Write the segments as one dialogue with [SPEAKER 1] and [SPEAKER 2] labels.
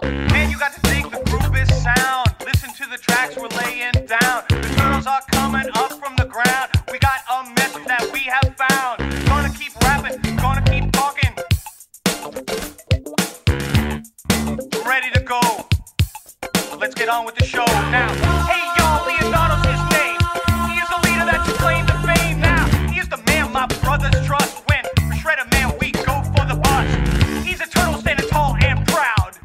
[SPEAKER 1] And you got to think the group is sound. Listen to the tracks we're laying down. The turtles are coming up from the ground. We got a message that we have found. Gonna keep rapping, gonna keep talking. Ready to go. Let's get on with the show now. Hey y'all, Leonardo's his name. He is the leader that you claim to fame now. He is the man my brothers trust. When we shred a man, we go for the bus. He's a turtle standing tall and proud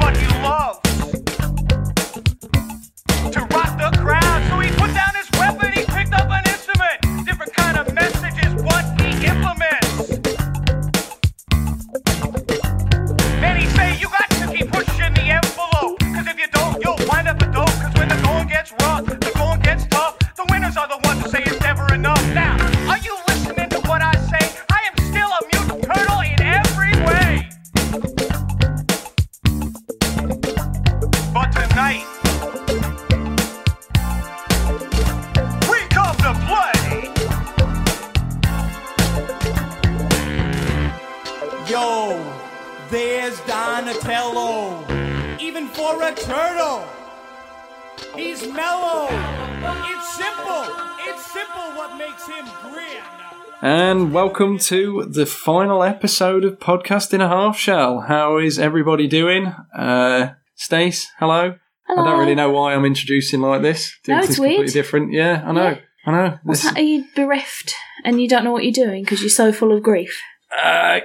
[SPEAKER 1] but he loves to rock the crowd. So he put down his weapon, he picked up an instrument. Different kind of message is what he implements. And he say you got to keep pushing the envelope. Cause if you don't, you'll wind up a dope. Cause when the going gets rough, the going gets tough. The winners are the ones who say it's never enough. Now, are you listening to what I say? I am still a mutant turtle in every way. But tonight, we come to play.
[SPEAKER 2] Yo, there's Donatello. Even for a turtle, he's mellow. It's simple. It's simple what makes him grin.
[SPEAKER 3] And welcome to the final episode of Podcast in a Half Shell. How is everybody doing? Uh, Stace, hello. I don't
[SPEAKER 4] Hello.
[SPEAKER 3] really know why I'm introducing like this.
[SPEAKER 4] No,
[SPEAKER 3] This
[SPEAKER 4] it's
[SPEAKER 3] is completely
[SPEAKER 4] weird.
[SPEAKER 3] different. Yeah, I know.
[SPEAKER 4] Yeah.
[SPEAKER 3] I know. This,
[SPEAKER 4] Are you bereft and you don't know what you're doing because you're so full of grief?
[SPEAKER 3] uh,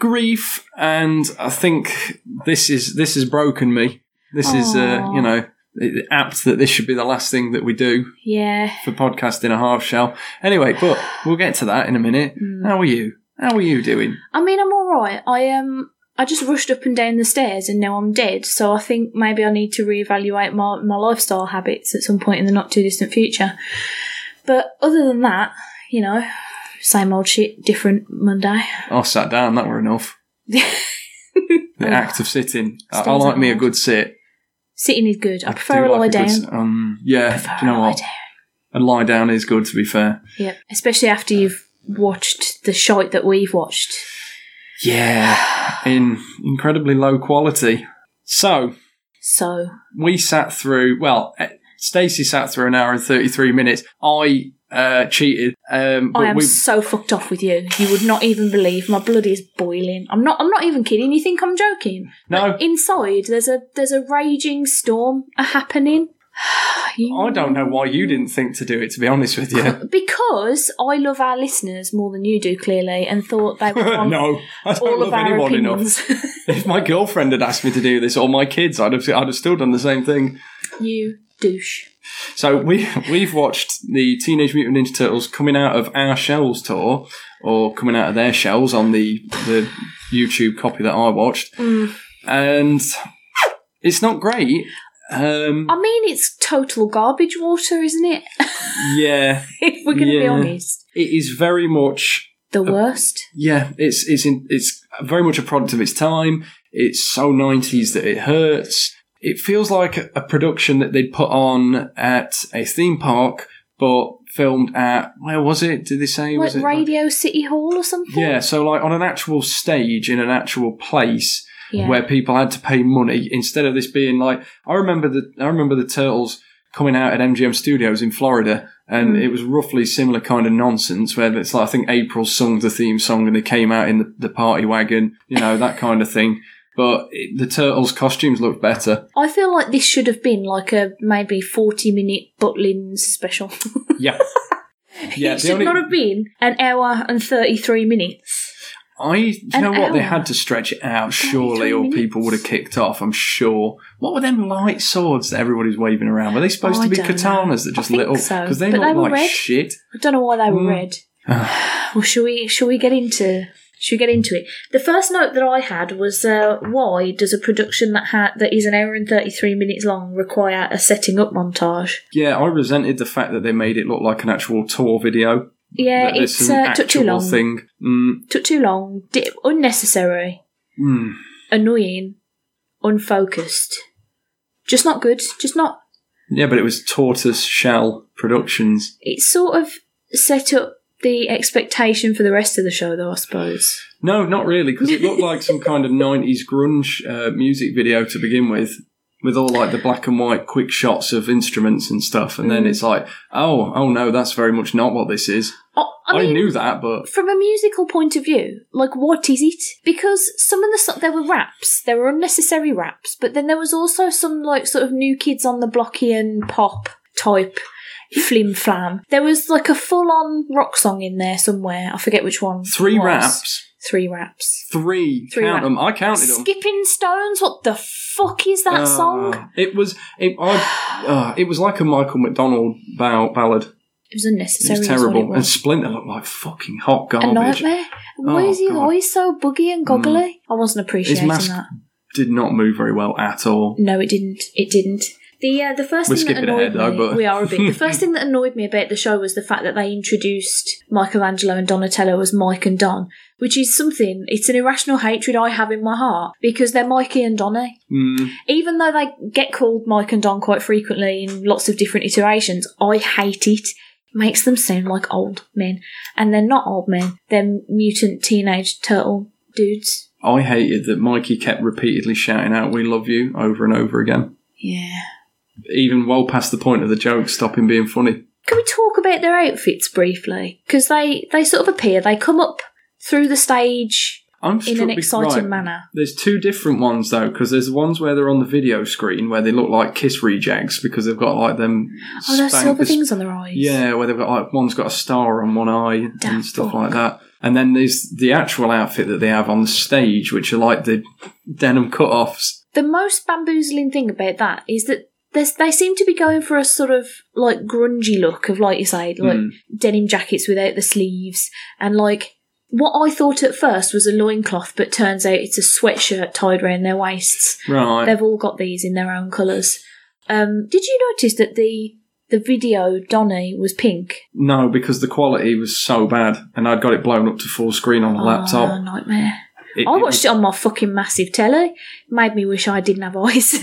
[SPEAKER 3] grief, and I think this is this has broken me. This is uh,
[SPEAKER 4] Aw.
[SPEAKER 3] you know it- apt that this should be the last thing that we do
[SPEAKER 4] Yeah.
[SPEAKER 3] for Podcast in a Half Shell. Anyway, but we'll get to that in a minute.
[SPEAKER 4] Hmm.
[SPEAKER 3] How are you? How are you doing?
[SPEAKER 4] I mean, I'm all right. I um, I just rushed up and down the stairs and now I'm dead. So I think maybe I need to reevaluate my my lifestyle habits at some point in the not too distant future. But other than that, you know, same old shit, different Monday.
[SPEAKER 3] I sat down. That were enough. The act of sitting. I, I
[SPEAKER 4] Stays
[SPEAKER 3] like me a
[SPEAKER 4] hard.
[SPEAKER 3] good sit.
[SPEAKER 4] Sitting is good. I, prefer
[SPEAKER 3] do
[SPEAKER 4] a lie
[SPEAKER 3] like good
[SPEAKER 4] down.
[SPEAKER 3] s- um, yeah,
[SPEAKER 4] Prefer
[SPEAKER 3] do you
[SPEAKER 4] a
[SPEAKER 3] know
[SPEAKER 4] lie
[SPEAKER 3] what?
[SPEAKER 4] down.
[SPEAKER 3] A lie down is good. To be fair.
[SPEAKER 4] Yep. Especially after you've watched the shite that we've watched.
[SPEAKER 3] Yeah, in incredibly low quality. So
[SPEAKER 4] So
[SPEAKER 3] we sat through well eh, Stacey sat through an hour and 33 minutes i uh cheated um
[SPEAKER 4] I
[SPEAKER 3] but
[SPEAKER 4] am
[SPEAKER 3] we
[SPEAKER 4] so fucked off with you. You would not even believe my blood is boiling. I'm not. I'm not even kidding. You think I'm joking?
[SPEAKER 3] no
[SPEAKER 4] Inside, there's a there's a raging storm a happening. You-
[SPEAKER 3] i don't know why you didn't think to do it to be honest with you
[SPEAKER 4] Because I love our listeners more than you do, clearly, and thought they would want
[SPEAKER 3] no i don't
[SPEAKER 4] all of
[SPEAKER 3] love
[SPEAKER 4] our
[SPEAKER 3] anyone enough
[SPEAKER 4] opinions.
[SPEAKER 3] if my girlfriend had asked me to do this or my kids i'd have i'd have still done the same thing
[SPEAKER 4] you douche.
[SPEAKER 3] so we we've watched the teenage mutant ninja turtles coming out of our shells tour or coming out of their shells on the the youtube copy that i watched
[SPEAKER 4] Mm.
[SPEAKER 3] and it's not great um
[SPEAKER 4] I mean, it's total garbage water, isn't it?
[SPEAKER 3] Yeah,
[SPEAKER 4] if we're going to be
[SPEAKER 3] Yeah. Uh,
[SPEAKER 4] honest,
[SPEAKER 3] it is very much.
[SPEAKER 4] the worst.
[SPEAKER 3] Yeah, it's it's in, it's very much a product of its time. It's so nineties that it hurts. It feels like a production that they'd put on at a theme park, but filmed at where was it? Did they say
[SPEAKER 4] Like
[SPEAKER 3] was it? like-
[SPEAKER 4] Radio City Hall or something.
[SPEAKER 3] yeah, so like on an actual stage in an actual place
[SPEAKER 4] Yeah.
[SPEAKER 3] where people had to pay money instead of this being like I remember the I remember the turtles coming out at MGM Studios in Florida
[SPEAKER 4] Hmm.
[SPEAKER 3] and it was roughly similar kind of nonsense where it's like I think April sung the theme song and they came out in the, the party wagon, you know, that kind of thing. But it, the turtles' costumes looked better.
[SPEAKER 4] I feel like this should have been like a maybe 40 minute Butlins special.
[SPEAKER 3] Yeah. Yeah,
[SPEAKER 4] it
[SPEAKER 3] the
[SPEAKER 4] should
[SPEAKER 3] only,
[SPEAKER 4] not have been an hour and 33 minutes.
[SPEAKER 3] I do you
[SPEAKER 4] An
[SPEAKER 3] know what they
[SPEAKER 4] hour.
[SPEAKER 3] had to stretch it out surely,
[SPEAKER 4] 33
[SPEAKER 3] or people
[SPEAKER 4] minutes.
[SPEAKER 3] would have kicked off. I'm sure. What were them light swords that everybody's waving around? Were they supposed
[SPEAKER 4] Oh, I
[SPEAKER 3] to be
[SPEAKER 4] don't know.
[SPEAKER 3] katanas that just
[SPEAKER 4] I
[SPEAKER 3] lit up
[SPEAKER 4] think so,
[SPEAKER 3] they
[SPEAKER 4] but
[SPEAKER 3] look
[SPEAKER 4] they were
[SPEAKER 3] like
[SPEAKER 4] red.
[SPEAKER 3] shit?
[SPEAKER 4] I don't know why they were
[SPEAKER 3] Hmm.
[SPEAKER 4] red. well, shall we, shall we get into... Should we get into it? The first note that I had was uh, why does a production that ha- that is an hour and thirty three minutes long require a setting up montage?
[SPEAKER 3] Yeah, I resented the fact that they made it look like an actual tour video.
[SPEAKER 4] Yeah,
[SPEAKER 3] that this
[SPEAKER 4] it's
[SPEAKER 3] is an
[SPEAKER 4] uh, took too
[SPEAKER 3] actual
[SPEAKER 4] long.
[SPEAKER 3] thing. Mm,
[SPEAKER 4] Took too long. Di- unnecessary.
[SPEAKER 3] mm.
[SPEAKER 4] Annoying. Unfocused. Just not good. Just not
[SPEAKER 3] Yeah, but it was Tortoise Shell Productions.
[SPEAKER 4] it sort of set up the expectation for the rest of the show, though, I suppose.
[SPEAKER 3] No, not really, because it looked like some kind of 90s grunge uh, music video to begin with, with all like the black and white quick shots of instruments and stuff. And
[SPEAKER 4] Mm.
[SPEAKER 3] then it's like, oh, oh no, that's very much not what this is.
[SPEAKER 4] Oh, I,
[SPEAKER 3] I,
[SPEAKER 4] mean,
[SPEAKER 3] knew that, but
[SPEAKER 4] from a musical point of view, like what is it? Because some of the stuff there were raps, there were unnecessary raps, but then there was also some like sort of new kids on the blockian pop type flim flam. There was like a full on rock song in there somewhere. I forget which one. it
[SPEAKER 3] three
[SPEAKER 4] was.
[SPEAKER 3] raps,
[SPEAKER 4] Three raps.
[SPEAKER 3] three,
[SPEAKER 4] Three
[SPEAKER 3] count
[SPEAKER 4] rap-
[SPEAKER 3] them. I counted them.
[SPEAKER 4] Skipping Stones. What the fuck is that song?
[SPEAKER 3] Ah, It was it, I, uh, it was like a Michael McDonald bow, ballad.
[SPEAKER 4] It was
[SPEAKER 3] It
[SPEAKER 4] unnecessary.
[SPEAKER 3] was
[SPEAKER 4] is what
[SPEAKER 3] terrible.
[SPEAKER 4] it was.
[SPEAKER 3] And Splinter looked like fucking hot
[SPEAKER 4] a
[SPEAKER 3] garbage.
[SPEAKER 4] nightmare. Why
[SPEAKER 3] Oh,
[SPEAKER 4] is he
[SPEAKER 3] God. Mm.
[SPEAKER 4] always so boogie and goggly? I wasn't appreciating
[SPEAKER 3] mask-
[SPEAKER 4] that.
[SPEAKER 3] Did not move very well at all.
[SPEAKER 4] No, it didn't. It didn't. The uh, the 1st
[SPEAKER 3] We're
[SPEAKER 4] thing that
[SPEAKER 3] skipping
[SPEAKER 4] annoyed
[SPEAKER 3] ahead, though,
[SPEAKER 4] me,
[SPEAKER 3] but-
[SPEAKER 4] we are a bit. The first thing that annoyed me about the show was the fact that they introduced Michelangelo and Donatello as Mike and Don, which is something. It's an irrational hatred I have in my heart because they're Mikey and Donny.
[SPEAKER 3] Mm,
[SPEAKER 4] Even though they get called Mike and Don quite frequently in lots of different iterations, I hate it. It makes them sound like old men, and they're not old men. They're mutant teenage turtle dudes.
[SPEAKER 3] I hated that Mikey kept repeatedly shouting out "We love you" over and over again,
[SPEAKER 4] Yeah.
[SPEAKER 3] even well past the point of the joke stopping being funny.
[SPEAKER 4] Can we talk about their outfits briefly? Because they, they sort of appear, they come up through the stage.
[SPEAKER 3] I'm struck
[SPEAKER 4] an
[SPEAKER 3] with-
[SPEAKER 4] exciting
[SPEAKER 3] right,
[SPEAKER 4] manner.
[SPEAKER 3] There's two different ones though, because there's the ones where they're on the video screen where they look like kiss rejects because they've got like them.
[SPEAKER 4] Oh, those
[SPEAKER 3] spank-
[SPEAKER 4] silver
[SPEAKER 3] the
[SPEAKER 4] things on their eyes.
[SPEAKER 3] Yeah, where they've got like one's got a star on one eye and
[SPEAKER 4] Daft
[SPEAKER 3] stuff
[SPEAKER 4] Punk.
[SPEAKER 3] like that. And then there's the actual outfit that they have on the stage, which are like the denim cut-offs.
[SPEAKER 4] The most bamboozling thing about that is that there's, they seem to be going for a sort of like grungy look of, like you say, like
[SPEAKER 3] Hmm.
[SPEAKER 4] denim jackets without the sleeves. And like what I thought at first was a loincloth, but turns out it's a sweatshirt tied round their waists.
[SPEAKER 3] Right.
[SPEAKER 4] They've all got these in their own colours. Um, did you notice that the the video Donny was pink?
[SPEAKER 3] no, because the quality was so bad, and I'd got it blown up to full screen on the
[SPEAKER 4] Oh,
[SPEAKER 3] laptop.
[SPEAKER 4] nightmare.
[SPEAKER 3] It-
[SPEAKER 4] I
[SPEAKER 3] it
[SPEAKER 4] watched it on my fucking massive telly. Made me wish I didn't have eyes.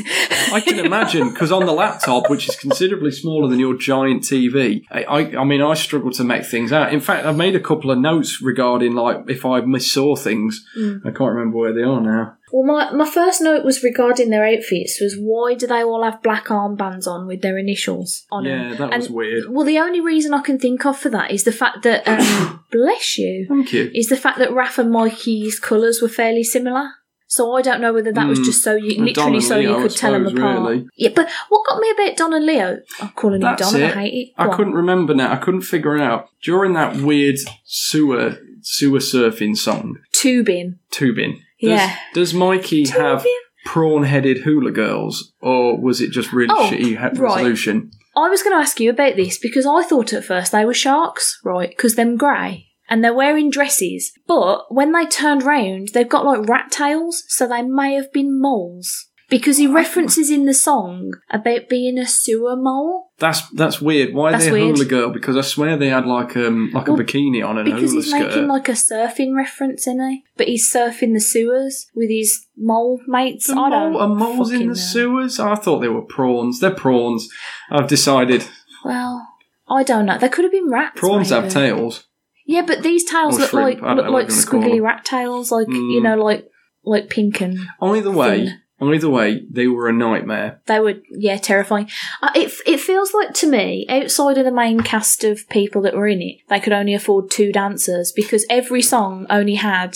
[SPEAKER 3] I can imagine because on the laptop, which is considerably smaller than your giant TV, I, I, I mean, I struggle to make things out. In fact, I've made a couple of notes regarding like if I missaw things.
[SPEAKER 4] Mm.
[SPEAKER 3] I can't remember where they are now.
[SPEAKER 4] well, my, my first note was regarding their outfits was why do they all have black armbands on with their initials on
[SPEAKER 3] Yeah,
[SPEAKER 4] them?
[SPEAKER 3] that was
[SPEAKER 4] And-
[SPEAKER 3] weird.
[SPEAKER 4] Well, the only reason I can think of for that is the fact that, um, bless you,
[SPEAKER 3] Thank you.
[SPEAKER 4] is the fact that Raph and Mikey's colours were fairly similar. So I don't know whether that was
[SPEAKER 3] Mm.
[SPEAKER 4] just so you
[SPEAKER 3] And Don
[SPEAKER 4] literally
[SPEAKER 3] and
[SPEAKER 4] so
[SPEAKER 3] Leo, I
[SPEAKER 4] you could tell them
[SPEAKER 3] suppose,
[SPEAKER 4] apart.
[SPEAKER 3] really.
[SPEAKER 4] Yeah, but what got me about Don and Leo? I'm calling him
[SPEAKER 3] That's
[SPEAKER 4] Don.
[SPEAKER 3] it.
[SPEAKER 4] I hate it.
[SPEAKER 3] I
[SPEAKER 4] What?
[SPEAKER 3] couldn't remember now. I couldn't figure it out. During that weird sewer sewer surfing song,
[SPEAKER 4] Tubin.
[SPEAKER 3] Tubin. Does,
[SPEAKER 4] Yeah.
[SPEAKER 3] Does Mikey have
[SPEAKER 4] Tubin.
[SPEAKER 3] prawn-headed hula girls, or was it just really
[SPEAKER 4] Oh,
[SPEAKER 3] shitty he-
[SPEAKER 4] right.
[SPEAKER 3] resolution?
[SPEAKER 4] I was going to ask you about this because I thought at first they were sharks, right? Because them grey and they're wearing dresses, but when they turned round, they've got like rat tails, so they may have been moles. Because
[SPEAKER 3] Oh,
[SPEAKER 4] he references in the song about being a sewer mole.
[SPEAKER 3] That's that's weird. Why
[SPEAKER 4] That's
[SPEAKER 3] are they
[SPEAKER 4] weird.
[SPEAKER 3] hula girl? Because I swear they had like um like a
[SPEAKER 4] Well,
[SPEAKER 3] bikini on and a
[SPEAKER 4] Because
[SPEAKER 3] hula
[SPEAKER 4] he's
[SPEAKER 3] skirt.
[SPEAKER 4] making like a surfing reference, isn't he? But he's surfing the sewers with his mole mates.
[SPEAKER 3] a
[SPEAKER 4] I don't.
[SPEAKER 3] mole, are moles in
[SPEAKER 4] fucking
[SPEAKER 3] the
[SPEAKER 4] know.
[SPEAKER 3] sewers? I thought they were prawns. They're prawns. I've decided
[SPEAKER 4] Well, I don't know. They could have been rats.
[SPEAKER 3] prawns have
[SPEAKER 4] maybe.
[SPEAKER 3] tails.
[SPEAKER 4] Yeah, but these tails
[SPEAKER 3] Or
[SPEAKER 4] look
[SPEAKER 3] shrimp, I
[SPEAKER 4] like
[SPEAKER 3] don't
[SPEAKER 4] look
[SPEAKER 3] know what
[SPEAKER 4] like
[SPEAKER 3] you wanna call
[SPEAKER 4] squiggly
[SPEAKER 3] them.
[SPEAKER 4] rat tails, like you
[SPEAKER 3] Mm.
[SPEAKER 4] know, like like pink and
[SPEAKER 3] Either way,
[SPEAKER 4] Thin.
[SPEAKER 3] either way, they were a nightmare.
[SPEAKER 4] they were yeah terrifying. Uh, it it feels like to me outside of the main cast of people that were in it, they could only afford two dancers because every song only had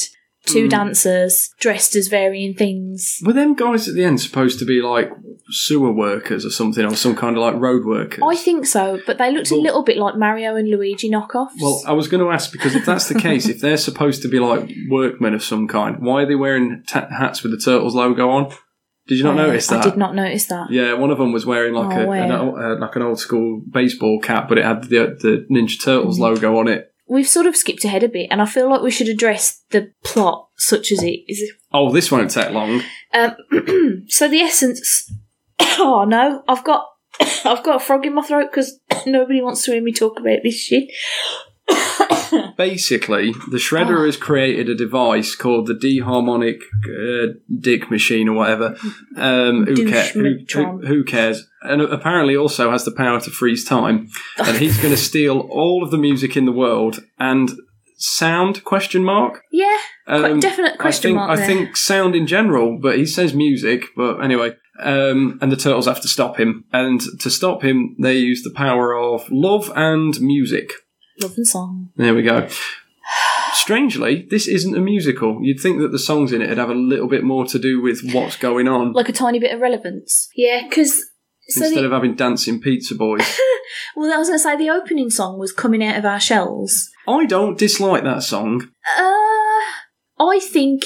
[SPEAKER 3] Mm.
[SPEAKER 4] two dancers dressed as varying things.
[SPEAKER 3] Were them guys at the end supposed to be like sewer workers or something, or some kind of like road workers?
[SPEAKER 4] I think so, but they looked a
[SPEAKER 3] Well-
[SPEAKER 4] little bit like Mario and Luigi knockoffs.
[SPEAKER 3] Well, I was going to ask because if that's the case, if they're supposed to be like workmen of some kind, why are they wearing ta hats with the turtles logo on? Did you not
[SPEAKER 4] Uh,
[SPEAKER 3] notice that?
[SPEAKER 4] I did not notice that.
[SPEAKER 3] Yeah, one of them was wearing like
[SPEAKER 4] Oh,
[SPEAKER 3] a, an,
[SPEAKER 4] wow.
[SPEAKER 3] old- uh, like an old school baseball cap, but it had the, the Ninja Turtles
[SPEAKER 4] Mm-hmm.
[SPEAKER 3] logo on it.
[SPEAKER 4] We've sort of skipped ahead a bit, and I feel like we should address the plot such as it is.
[SPEAKER 3] Oh, this won't take long.
[SPEAKER 4] Um, so the essence. Oh no, I've got I've got a frog in my throat because nobody wants to hear me talk about this shit.
[SPEAKER 3] basically, the Shredder
[SPEAKER 4] Oh.
[SPEAKER 3] has created a device called the deharmonic uh, dick machine or whatever. Um, who, ca- who, who,
[SPEAKER 4] Douchematron.
[SPEAKER 3] who cares? And apparently, also has the power to freeze time. And he's going to steal all of the music in the world and sound? Question mark.
[SPEAKER 4] Yeah, quite
[SPEAKER 3] Um,
[SPEAKER 4] definite question
[SPEAKER 3] I think,
[SPEAKER 4] mark
[SPEAKER 3] I
[SPEAKER 4] there.
[SPEAKER 3] think sound in general, but he says music. But anyway, um, and the turtles have to stop him. And to stop him, they use the power of love and music.
[SPEAKER 4] Love and song.
[SPEAKER 3] There we go. Strangely, this isn't a musical. You'd think that the songs in it would have a little bit more to do with what's going on
[SPEAKER 4] Like a tiny bit of relevance. Yeah, because. So
[SPEAKER 3] instead
[SPEAKER 4] the,
[SPEAKER 3] of having dancing pizza boys.
[SPEAKER 4] well, I was going to say the opening song was Coming Out of Our Shells.
[SPEAKER 3] I don't dislike that song.
[SPEAKER 4] Uh, I think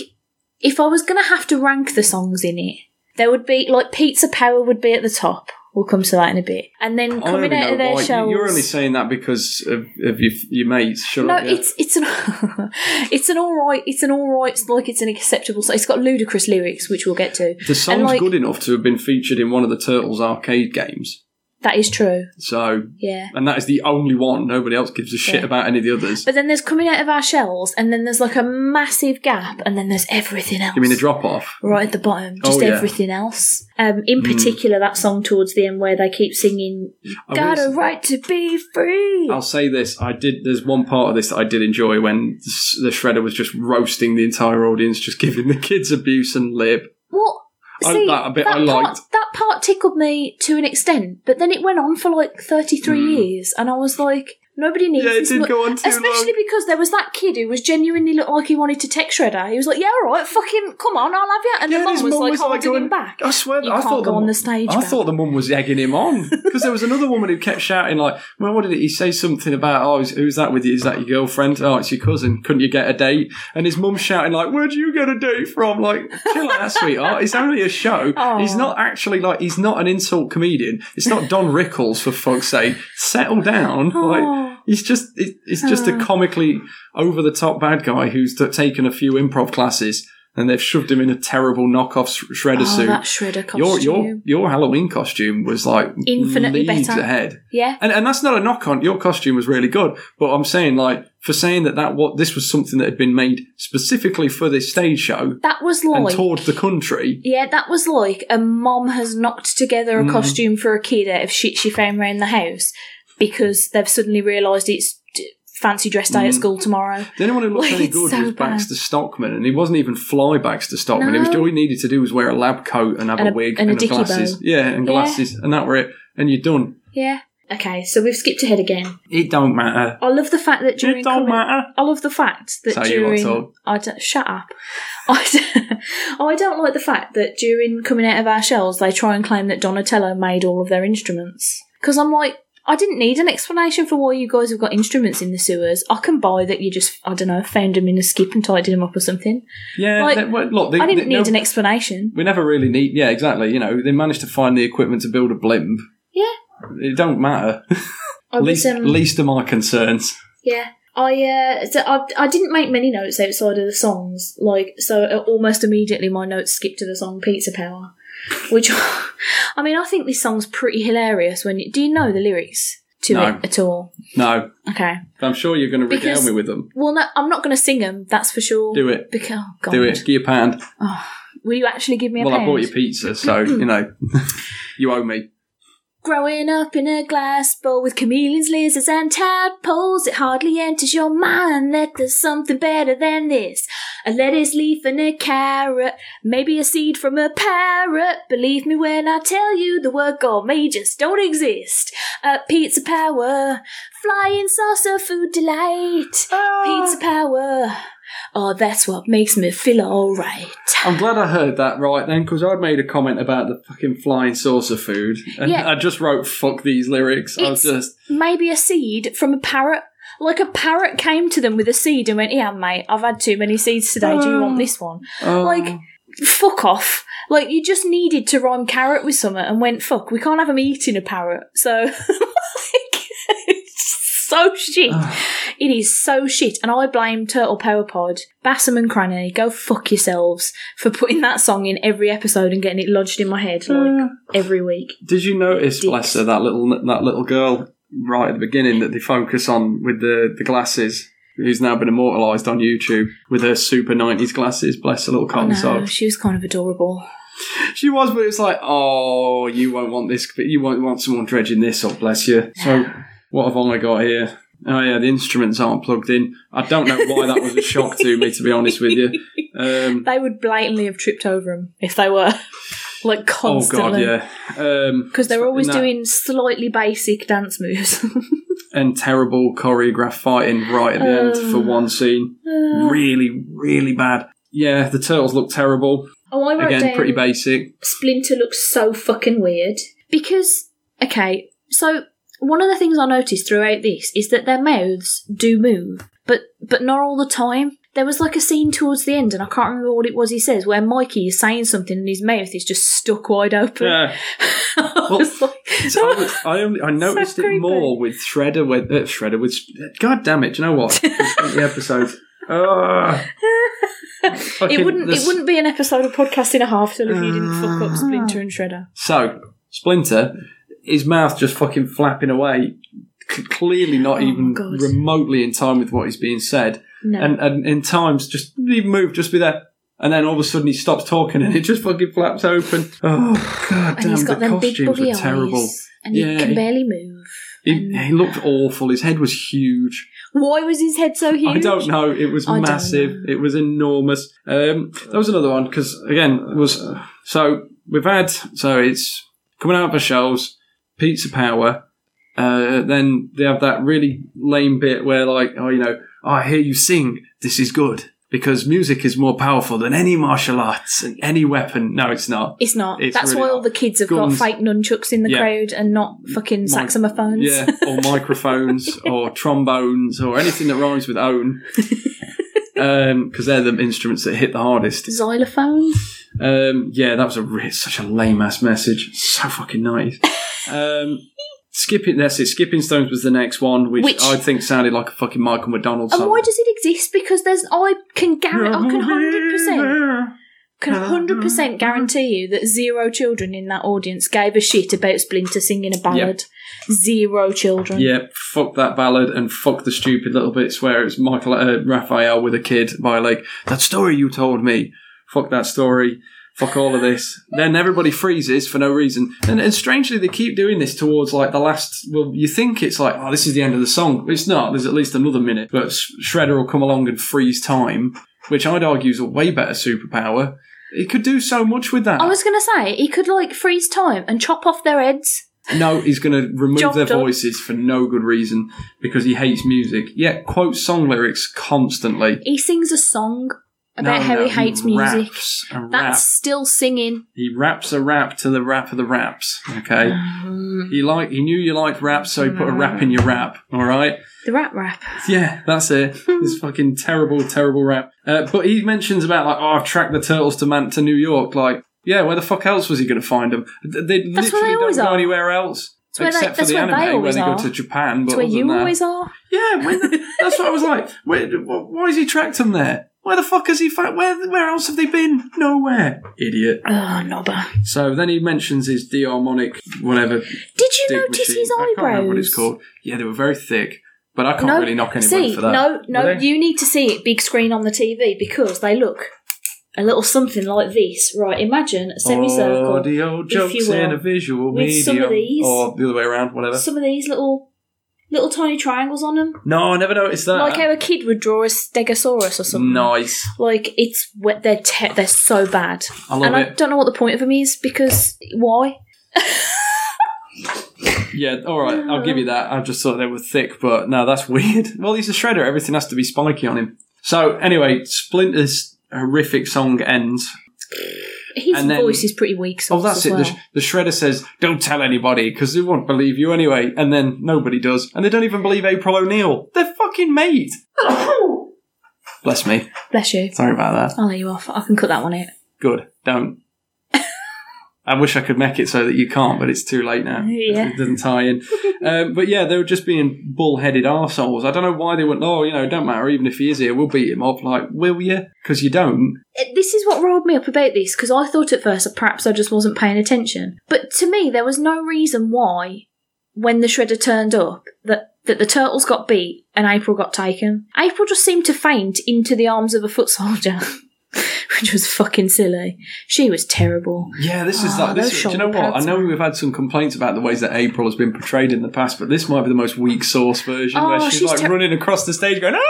[SPEAKER 4] if I was going to have to rank the songs in it, there would be like Pizza Power would be at the top. We'll come to that in a bit, and then
[SPEAKER 3] I don't
[SPEAKER 4] coming
[SPEAKER 3] even
[SPEAKER 4] out
[SPEAKER 3] know
[SPEAKER 4] of their
[SPEAKER 3] why.
[SPEAKER 4] shells.
[SPEAKER 3] You're only saying that because of, of your, your mates. Shut
[SPEAKER 4] no,
[SPEAKER 3] up. yeah.
[SPEAKER 4] it's it's an it's an all right. It's an all right. Like it's an acceptable. song. It's got ludicrous lyrics, which we'll get to.
[SPEAKER 3] the song's
[SPEAKER 4] and like,
[SPEAKER 3] good enough to have been featured in one of the Turtles arcade games.
[SPEAKER 4] That is true.
[SPEAKER 3] So,
[SPEAKER 4] Yeah.
[SPEAKER 3] and that is the only one. Nobody else gives a shit
[SPEAKER 4] Yeah.
[SPEAKER 3] about any of the others.
[SPEAKER 4] But then there's coming out of our shells, and then there's like a massive gap, and then there's everything else.
[SPEAKER 3] Give me the drop off.
[SPEAKER 4] right at the bottom, just
[SPEAKER 3] yeah. Hmm.
[SPEAKER 4] everything else. Um, in particular, that song towards the end where they keep singing,
[SPEAKER 3] I
[SPEAKER 4] "Got
[SPEAKER 3] will
[SPEAKER 4] a
[SPEAKER 3] s-
[SPEAKER 4] right to be free."
[SPEAKER 3] I'll say this: I did. There's one part of this that I did enjoy when the s- the shredder was just roasting the entire audience, just giving the kids abuse and lip.
[SPEAKER 4] What?
[SPEAKER 3] I-
[SPEAKER 4] See,
[SPEAKER 3] that bit I
[SPEAKER 4] part,
[SPEAKER 3] liked.
[SPEAKER 4] that part tickled me to an extent, but then it went on for like 33 years, and I was like, nobody needs
[SPEAKER 3] Hmm. Yeah, it
[SPEAKER 4] this
[SPEAKER 3] did
[SPEAKER 4] mu-
[SPEAKER 3] go on too
[SPEAKER 4] Especially
[SPEAKER 3] long.
[SPEAKER 4] because there was that kid who was genuinely looked like he wanted to tech Shredder. He was like, yeah, all right, fucking, come on, I'll have you. And the
[SPEAKER 3] Yeah,
[SPEAKER 4] mum
[SPEAKER 3] his
[SPEAKER 4] was
[SPEAKER 3] mum
[SPEAKER 4] like
[SPEAKER 3] was, like,
[SPEAKER 4] holding
[SPEAKER 3] going-
[SPEAKER 4] him back.
[SPEAKER 3] I swear,
[SPEAKER 4] you
[SPEAKER 3] I
[SPEAKER 4] can't
[SPEAKER 3] thought
[SPEAKER 4] go
[SPEAKER 3] the
[SPEAKER 4] on
[SPEAKER 3] mum-
[SPEAKER 4] the stage.
[SPEAKER 3] I
[SPEAKER 4] man.
[SPEAKER 3] thought the mum was egging him on because there was another woman who kept shouting like, "Well, what did he say? Something about oh, is- who's that with you? Is that your girlfriend? Oh, it's your cousin. Couldn't you get a date?" And his mum shouting like, "Where'd you get a date from?" Like, chill out, sweetheart. It's only a show.
[SPEAKER 4] Aw.
[SPEAKER 3] He's not actually like he's not an insult comedian. It's not Don Rickles for fuck's sake. Settle down.
[SPEAKER 4] Aw.
[SPEAKER 3] Like, he's just it- it's just
[SPEAKER 4] Hmm.
[SPEAKER 3] a comically over the top bad guy who's t- taken a few improv classes. And they've shoved him in a terrible knockoff sh- shredder
[SPEAKER 4] Oh,
[SPEAKER 3] suit
[SPEAKER 4] that Shredder costume.
[SPEAKER 3] your your your Halloween costume was like
[SPEAKER 4] Infinitely
[SPEAKER 3] leagues
[SPEAKER 4] better.
[SPEAKER 3] ahead.
[SPEAKER 4] yeah.
[SPEAKER 3] And and that's not a knock on your costume was really good, but I'm saying like for saying that that what this was something that had been made specifically for this stage show
[SPEAKER 4] That was
[SPEAKER 3] and
[SPEAKER 4] like
[SPEAKER 3] toured the country.
[SPEAKER 4] yeah, that was like a mom has knocked together a costume for a kid out of shit she found around the house because they've suddenly realised it's d- fancy dress day at school tomorrow.
[SPEAKER 3] The only one who looked
[SPEAKER 4] Like,
[SPEAKER 3] any
[SPEAKER 4] it's
[SPEAKER 3] good
[SPEAKER 4] so
[SPEAKER 3] was
[SPEAKER 4] bad.
[SPEAKER 3] Baxter Stockman, and he wasn't even fly Baxter Stockman. It was
[SPEAKER 4] No.
[SPEAKER 3] all he needed to do was wear a lab coat and have
[SPEAKER 4] And
[SPEAKER 3] a
[SPEAKER 4] a-
[SPEAKER 3] wig
[SPEAKER 4] and
[SPEAKER 3] and,
[SPEAKER 4] a
[SPEAKER 3] a
[SPEAKER 4] dicky bow.
[SPEAKER 3] glasses, yeah, and
[SPEAKER 4] Yeah.
[SPEAKER 3] glasses, and that were it, and you're done.
[SPEAKER 4] Yeah. Okay, so we've skipped ahead again.
[SPEAKER 3] It don't matter.
[SPEAKER 4] I love the fact that during
[SPEAKER 3] It don't
[SPEAKER 4] coming-
[SPEAKER 3] matter.
[SPEAKER 4] I love the fact that
[SPEAKER 3] So you want
[SPEAKER 4] during
[SPEAKER 3] to-
[SPEAKER 4] I don't shut up. I don't, oh, I don't like the fact that during coming out of our shells, they try and claim that Donatello made all of their instruments. Because I'm like, I didn't need an explanation for why you guys have got instruments in the sewers. I can buy that you just I don't know found them in a skip and tidied them up or something.
[SPEAKER 3] Yeah,
[SPEAKER 4] Like,
[SPEAKER 3] they- well, look, they,
[SPEAKER 4] I didn't
[SPEAKER 3] they- no-
[SPEAKER 4] need an explanation.
[SPEAKER 3] We never really need. Yeah, exactly. You know, they managed to find the equipment to build a blimp.
[SPEAKER 4] Yeah,
[SPEAKER 3] It don't matter.
[SPEAKER 4] I
[SPEAKER 3] least,
[SPEAKER 4] was, um,
[SPEAKER 3] least of my concerns.
[SPEAKER 4] Yeah. I uh, so I, I didn't make many notes outside of the songs. Like so, uh, almost immediately my notes skipped to the song "Pizza Power," which I mean, I think this song's pretty hilarious. When you, do you know the lyrics to
[SPEAKER 3] No.
[SPEAKER 4] it at all?
[SPEAKER 3] No,
[SPEAKER 4] Okay.
[SPEAKER 3] but I'm sure you're going to regale
[SPEAKER 4] Because-
[SPEAKER 3] me with them.
[SPEAKER 4] Well, no, I'm not going to sing them. That's for sure.
[SPEAKER 3] Do it.
[SPEAKER 4] Because oh, God.
[SPEAKER 3] Do it. Give your pound.
[SPEAKER 4] Will you actually give me a
[SPEAKER 3] Well, I
[SPEAKER 4] pound?
[SPEAKER 3] bought you pizza, so you know you owe me.
[SPEAKER 4] Growing up in a glass bowl with chameleons, lizards, and tadpoles, it hardly enters your mind that there's something better than this. A lettuce leaf and a carrot, maybe a seed from a parrot. Believe me when I tell you the word God may just don't exist. A pizza power, flying saucer, food delight. Pizza power, oh, that's what makes me feel alright.
[SPEAKER 3] I'm glad I heard that right then, because I'd made a comment about the fucking flying saucer food, and
[SPEAKER 4] Yeah.
[SPEAKER 3] I just wrote "fuck these lyrics." I was
[SPEAKER 4] It's-
[SPEAKER 3] just
[SPEAKER 4] maybe a seed from a parrot. Like a parrot came to them with a seed and went, "Yeah, mate, I've had too many seeds today. Do you want this one?"
[SPEAKER 3] oh.
[SPEAKER 4] Like, fuck off. Like you just needed to rhyme carrot with summer and went, "Fuck, we can't have them eating a parrot." So, like, it's so shit. it is so shit, and I blame Turtle Power Pod, Bassam and Cranny. Go fuck yourselves for putting that song in every episode and getting it lodged in my head like every week.
[SPEAKER 3] Did you notice,
[SPEAKER 4] Dicks.
[SPEAKER 3] bless her, that little that little girl right at the beginning that they focus on with the the glasses? who's now been immortalised on YouTube with her super 90s glasses. Bless her little cotton
[SPEAKER 4] No,
[SPEAKER 3] socks.
[SPEAKER 4] she was kind of adorable.
[SPEAKER 3] She was, but it's like, oh, you won't want this, but you won't want someone dredging this up, bless you. So, what have I got here? Oh, yeah, the instruments aren't plugged in. I don't know why that was a shock to me, to be honest with you. Um,
[SPEAKER 4] They would blatantly have tripped over them if they were like
[SPEAKER 3] oh, God,
[SPEAKER 4] constantly.
[SPEAKER 3] yeah. Um, Because
[SPEAKER 4] Because they're always
[SPEAKER 3] doing.
[SPEAKER 4] doing slightly basic dance moves.
[SPEAKER 3] and terrible choreographed fighting right at the end
[SPEAKER 4] Oh.
[SPEAKER 3] for one scene. Really, really bad. Yeah, the turtles look terrible.
[SPEAKER 4] oh, I wrote
[SPEAKER 3] Again,
[SPEAKER 4] down
[SPEAKER 3] pretty basic.
[SPEAKER 4] Splinter looks so fucking weird because okay, so one of the things I noticed throughout this is that their mouths do move, but but not all the time. There was like a scene towards the end, and I can't remember what it was he says, where Mikey is saying something and his mouth is just stuck wide open.
[SPEAKER 3] Yeah,
[SPEAKER 4] I
[SPEAKER 3] Well,
[SPEAKER 4] was like,
[SPEAKER 3] So I, was- I only I noticed
[SPEAKER 4] So
[SPEAKER 3] it
[SPEAKER 4] creepy.
[SPEAKER 3] more with Shredder. With uh, Shredder, with God damn it! Do you know what? It's been the episode. Ugh. Fucking-
[SPEAKER 4] it wouldn't
[SPEAKER 3] this- Ah.
[SPEAKER 4] it wouldn't be an episode of podcast in a half till if you didn't fuck up Splinter and Shredder.
[SPEAKER 3] So Splinter, his mouth just fucking flapping away. c- Clearly not
[SPEAKER 4] Oh my
[SPEAKER 3] even
[SPEAKER 4] God.
[SPEAKER 3] remotely in time with what is being said.
[SPEAKER 4] No.
[SPEAKER 3] and, and in times just leave move, just be there. And then all of a sudden he stops talking and it just fucking flaps open. Oh god
[SPEAKER 4] and
[SPEAKER 3] damn,
[SPEAKER 4] he's got
[SPEAKER 3] the
[SPEAKER 4] them big
[SPEAKER 3] costumes
[SPEAKER 4] buggy
[SPEAKER 3] were terrible.
[SPEAKER 4] eyes, and
[SPEAKER 3] Yeah,
[SPEAKER 4] he can
[SPEAKER 3] he-
[SPEAKER 4] barely move.
[SPEAKER 3] He, he looked awful. His head was huge.
[SPEAKER 4] Why was his head so huge?
[SPEAKER 3] I don't know. It was
[SPEAKER 4] I don't
[SPEAKER 3] massive. It was enormous. Um, that was another one because again it was uh, so we've had so it's coming out of the shelves, Pizza Power. Uh, then they have that really lame bit where like oh you know "Oh, I hear you sing. This is good because music is more powerful than any martial arts and any weapon. No, it's not.
[SPEAKER 4] It's not.
[SPEAKER 3] It's
[SPEAKER 4] That's
[SPEAKER 3] really
[SPEAKER 4] why
[SPEAKER 3] not.
[SPEAKER 4] all the kids have
[SPEAKER 3] Guns.
[SPEAKER 4] got fake nunchucks in the
[SPEAKER 3] Yeah.
[SPEAKER 4] crowd and not fucking saxophones.
[SPEAKER 3] Yeah, or microphones, or trombones, or anything that rhymes with own, because they're the instruments that hit the hardest.
[SPEAKER 4] Xylophones.
[SPEAKER 3] Um, yeah, that was a re- such a lame ass message. So fucking nice. Um, skipping that's it. Skipping Stones was the next one, which,
[SPEAKER 4] Which-
[SPEAKER 3] I think sounded like a fucking Michael McDonald
[SPEAKER 4] And
[SPEAKER 3] song.
[SPEAKER 4] why does it exist? Because there's I can guarantee I can hundred percent can hundred percent guarantee you that zero children in that audience gave a shit about Splinter singing a ballad. Zero children.
[SPEAKER 3] Yeah, fuck that ballad and fuck the stupid little bits where it's Michael uh, Raphael with a kid by like that story you told me. Fuck that story. Fuck all of this. then everybody freezes for no reason, and, and strangely they keep doing this towards like the last. Well, you think it's like oh this is the end of the song, but it's not. There's at least another minute. But Sh- Shredder will come along and freeze time, which I'd argue is a way better superpower. It could do so much with that.
[SPEAKER 4] I was gonna say he could like freeze time and chop off their heads.
[SPEAKER 3] No, he's going to remove
[SPEAKER 4] Job
[SPEAKER 3] their
[SPEAKER 4] done.
[SPEAKER 3] voices for no good reason because he hates music. Yet quotes song lyrics constantly
[SPEAKER 4] He sings a song
[SPEAKER 3] No,
[SPEAKER 4] about how
[SPEAKER 3] no,
[SPEAKER 4] he hates music.
[SPEAKER 3] Raps a rap.
[SPEAKER 4] That's still singing.
[SPEAKER 3] He raps a rap to the rap of the raps. Okay,
[SPEAKER 4] Um,
[SPEAKER 3] he like he knew you liked rap, so he put a rap in your rap. All right.
[SPEAKER 4] The rap rap.
[SPEAKER 3] Yeah, that's it. This fucking terrible, terrible rap. Uh, but he mentions about like, oh, I've tracked the turtles to Man to New York. Like, yeah, where the fuck else was he going to find them? Th- They literally
[SPEAKER 4] That's where they
[SPEAKER 3] don't
[SPEAKER 4] always
[SPEAKER 3] go
[SPEAKER 4] are.
[SPEAKER 3] anywhere else.
[SPEAKER 4] where they-
[SPEAKER 3] Except for
[SPEAKER 4] that's
[SPEAKER 3] the
[SPEAKER 4] where they
[SPEAKER 3] anime, where
[SPEAKER 4] always
[SPEAKER 3] they
[SPEAKER 4] are.
[SPEAKER 3] go to Japan, but
[SPEAKER 4] That's where
[SPEAKER 3] other than
[SPEAKER 4] you
[SPEAKER 3] that-
[SPEAKER 4] always are.
[SPEAKER 3] Yeah, when the, that's what I was like. Where, wh- why has he tracked them there? Where the fuck has he? Fa- where where else have they been? Nowhere. Idiot.
[SPEAKER 4] Oh, knobber.
[SPEAKER 3] So then he mentions his deharmonic whatever.
[SPEAKER 4] Did you
[SPEAKER 3] dick
[SPEAKER 4] notice
[SPEAKER 3] machine.
[SPEAKER 4] his
[SPEAKER 3] I
[SPEAKER 4] eyebrows?
[SPEAKER 3] can't remember what it's called. Yeah, they were very thick, but I can't really knock anyone
[SPEAKER 4] see,
[SPEAKER 3] for that.
[SPEAKER 4] No, no,
[SPEAKER 3] Were they?
[SPEAKER 4] you need to see it big screen on the TV because they look a little something like this. Right, imagine a semicircle.
[SPEAKER 3] Audio
[SPEAKER 4] if you
[SPEAKER 3] jokes in
[SPEAKER 4] will,
[SPEAKER 3] a visual
[SPEAKER 4] with
[SPEAKER 3] medium,
[SPEAKER 4] some of these.
[SPEAKER 3] or the other way around, whatever.
[SPEAKER 4] Some of these little little tiny triangles on them.
[SPEAKER 3] no, I never noticed that.
[SPEAKER 4] Like how a kid would draw a stegosaurus or something.
[SPEAKER 3] nice.
[SPEAKER 4] Like it's wet. They're te- they're so bad.
[SPEAKER 3] I love
[SPEAKER 4] and I
[SPEAKER 3] it.
[SPEAKER 4] don't know what the point of them is because why?
[SPEAKER 3] Yeah, all right, I'll give you that. I just thought they were thick, but no, that's weird. Well, he's a shredder. Everything has to be spiky on him. So anyway, Splinter's horrific song ends.
[SPEAKER 4] His
[SPEAKER 3] And then-
[SPEAKER 4] voice is pretty weak.
[SPEAKER 3] Oh,
[SPEAKER 4] sometimes
[SPEAKER 3] that's
[SPEAKER 4] as
[SPEAKER 3] it. The,
[SPEAKER 4] well.
[SPEAKER 3] sh- the shredder says, "Don't tell anybody because they won't believe you anyway." And then nobody does, and they don't even believe April O'Neil. They're fucking mate. Bless me.
[SPEAKER 4] Bless you.
[SPEAKER 3] Sorry about that.
[SPEAKER 4] I'll let you off. I can cut that one out.
[SPEAKER 3] Good. Don't. I wish I could make it so that you can't, but it's too late now.
[SPEAKER 4] Yeah.
[SPEAKER 3] It doesn't tie in. um, but yeah, they were just being bullheaded arseholes. I don't know why they went, oh, you know, don't matter. Even if he is here, we'll beat him up. Like, will you? Because you don't.
[SPEAKER 4] it- this is what rolled me up about this because I thought at first that perhaps I just wasn't paying attention. But to me, there was no reason why, when the shredder turned up, that that the turtles got beat and April got taken. April just seemed to faint into the arms of a foot soldier, which was fucking silly. She was terrible.
[SPEAKER 3] Yeah, this is
[SPEAKER 4] Ah,
[SPEAKER 3] like this.
[SPEAKER 4] those
[SPEAKER 3] is- Do you know
[SPEAKER 4] shoulder
[SPEAKER 3] what? I
[SPEAKER 4] pads.
[SPEAKER 3] know we've had some complaints about the ways that April has been portrayed in the past, but this might be the most weak source version where
[SPEAKER 4] Oh,
[SPEAKER 3] she's,
[SPEAKER 4] she's
[SPEAKER 3] like
[SPEAKER 4] ter-
[SPEAKER 3] running across the stage going, "Ah!"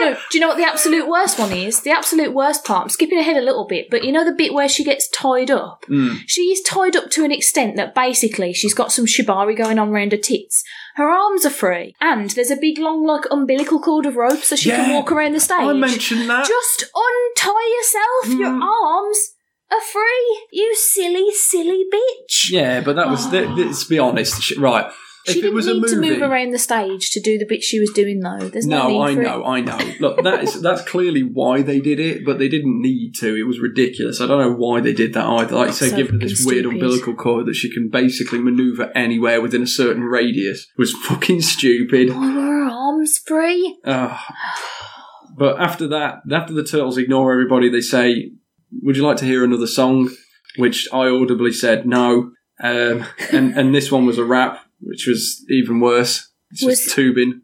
[SPEAKER 4] No, do you know what the absolute worst one is? The absolute worst part, I'm skipping ahead a little bit, but you know the bit where she gets tied up?
[SPEAKER 3] Hmm.
[SPEAKER 4] She is tied up to an extent that basically she's got some shibari going on round her tits. Her arms are free, and there's a big long, like, umbilical cord of rope so she can
[SPEAKER 3] Yeah,
[SPEAKER 4] walk around the stage.
[SPEAKER 3] I mentioned that. Hmm.
[SPEAKER 4] Just untie yourself, your arms are free, you silly, silly bitch.
[SPEAKER 3] yeah, but that was. Th- th- let's be honest. Sh- Right.
[SPEAKER 4] Ah. She didn't need to move around the stage to do the bit she was doing, though. There's no,
[SPEAKER 3] No,
[SPEAKER 4] need
[SPEAKER 3] I
[SPEAKER 4] for it.
[SPEAKER 3] know, I know. Look, that is that's clearly why they did it, but they didn't need to. It was ridiculous. I don't know why they did that either. Like you say,
[SPEAKER 4] So
[SPEAKER 3] give her this
[SPEAKER 4] fucking
[SPEAKER 3] weird
[SPEAKER 4] stupid.
[SPEAKER 3] umbilical cord that she can basically maneuver anywhere within a certain radius was fucking stupid.
[SPEAKER 4] Why were her arms free?
[SPEAKER 3] Ugh. but after that, after the turtles ignore everybody, they say, "Would you like to hear another song?" Which I audibly said no, um, and and this one was a rap, which was even worse. It's just
[SPEAKER 4] Was-
[SPEAKER 3] tubing.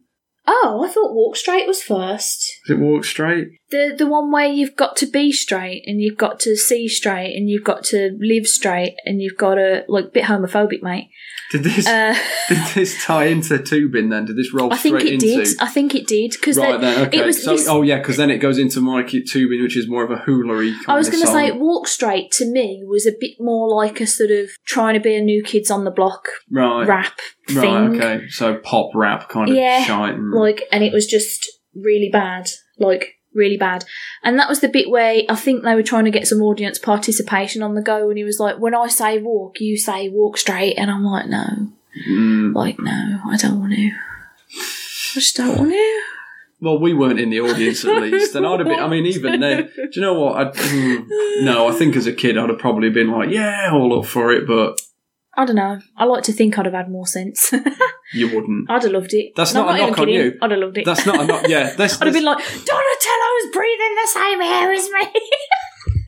[SPEAKER 4] Oh, I thought Walk Straight was first.
[SPEAKER 3] Does it walk straight?
[SPEAKER 4] The the one where you've got to be straight and you've got to see straight and you've got to live straight and you've got to like bit homophobic, mate.
[SPEAKER 3] Did this
[SPEAKER 4] Uh,
[SPEAKER 3] did this tie into tubing then? Did this roll
[SPEAKER 4] I think
[SPEAKER 3] straight
[SPEAKER 4] it
[SPEAKER 3] into?
[SPEAKER 4] did. I think it did because
[SPEAKER 3] Right then, okay.
[SPEAKER 4] it was.
[SPEAKER 3] so,
[SPEAKER 4] this-
[SPEAKER 3] oh yeah, because then it goes into my cute tubing, which is more of a hoolery. Kind
[SPEAKER 4] I was
[SPEAKER 3] going
[SPEAKER 4] going to say, Walk Straight to me was a bit more like a sort of trying to be a new kids on the block
[SPEAKER 3] right,
[SPEAKER 4] rap
[SPEAKER 3] right,
[SPEAKER 4] thing.
[SPEAKER 3] okay. So pop rap kind of
[SPEAKER 4] Yeah,
[SPEAKER 3] shite. and-
[SPEAKER 4] like and it was just really bad like really bad and that was the bit where i think they were trying to get some audience participation on the go and he was like when i say walk you say walk straight and i'm like no
[SPEAKER 3] Mm.
[SPEAKER 4] like no i don't want to i just don't want to
[SPEAKER 3] Well, we weren't in the audience at least, and I'd have been. I mean, even then, do you know what? I'd, mm, no, I think as a kid, I'd have probably been like, "Yeah, all up for it," but
[SPEAKER 4] i don't know i like to think i'd have had more sense
[SPEAKER 3] you wouldn't.
[SPEAKER 4] i'd have loved it
[SPEAKER 3] That's
[SPEAKER 4] No,
[SPEAKER 3] not
[SPEAKER 4] I'm
[SPEAKER 3] a
[SPEAKER 4] even
[SPEAKER 3] knock on
[SPEAKER 4] kidding.
[SPEAKER 3] you.
[SPEAKER 4] i'd have loved it
[SPEAKER 3] That's not. a knock yeah, that's.
[SPEAKER 4] I'd have been
[SPEAKER 3] that's-
[SPEAKER 4] like, Donatello's breathing the same air as me.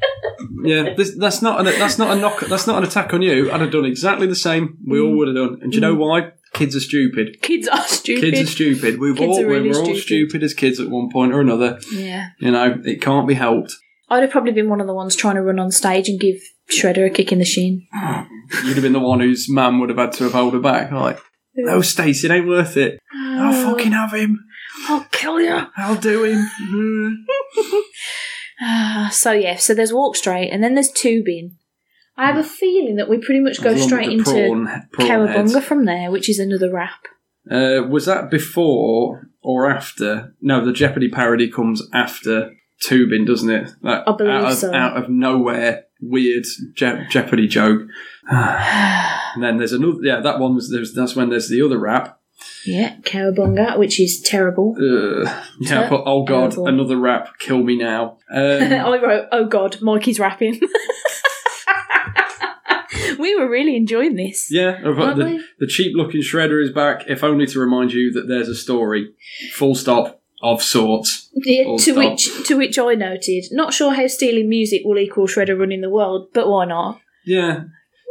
[SPEAKER 3] yeah, this, that's not. An, that's not a knock. That's not an attack on you. I'd have done exactly the same. We
[SPEAKER 4] Mm.
[SPEAKER 3] all would have done. And do you know why? Kids are stupid.
[SPEAKER 4] Kids are stupid.
[SPEAKER 3] Kids are stupid. We've
[SPEAKER 4] Kids
[SPEAKER 3] all
[SPEAKER 4] are really
[SPEAKER 3] we were all
[SPEAKER 4] stupid.
[SPEAKER 3] stupid as kids at one point or another.
[SPEAKER 4] yeah.
[SPEAKER 3] You know, it can't be helped.
[SPEAKER 4] I'd have probably been one of the ones trying to run on stage and give Shredder a kick in the shin.
[SPEAKER 3] You'd have been the one whose mum would have had to have held her back. Like, no, Stacey, it ain't worth Oh, it. I'll
[SPEAKER 4] Oh.
[SPEAKER 3] fucking have him.
[SPEAKER 4] I'll kill you.
[SPEAKER 3] I'll do him.
[SPEAKER 4] Uh, So yeah, so there's walk straight, and then there's tubing. I have a feeling that we pretty much go straight into Cowabunga from there, which is another rap.
[SPEAKER 3] Uh, was that before or after? No, the Jeopardy parody comes after Tubin, doesn't it? That
[SPEAKER 4] I believe
[SPEAKER 3] out of,
[SPEAKER 4] so.
[SPEAKER 3] Out of nowhere, weird Je- Jeopardy joke. and then there's another. Yeah, that one was. There's, that's when there's the other rap.
[SPEAKER 4] Yeah, Cowabunga, which is terrible.
[SPEAKER 3] Uh, yeah, I put, oh god,
[SPEAKER 4] Terrible.
[SPEAKER 3] another rap. Kill me now. Um,
[SPEAKER 4] I wrote, "Oh God, Mikey's rapping." we were really enjoying this.
[SPEAKER 3] yeah, I've got
[SPEAKER 4] Lovely.
[SPEAKER 3] the, the cheap looking shredder is back. If only to remind you that there's a story. Full stop. Of sorts.
[SPEAKER 4] Yeah,
[SPEAKER 3] Full
[SPEAKER 4] to
[SPEAKER 3] stop.
[SPEAKER 4] which to which I noted, not sure how stealing music will equal Shredder running the world, but why not?
[SPEAKER 3] Yeah.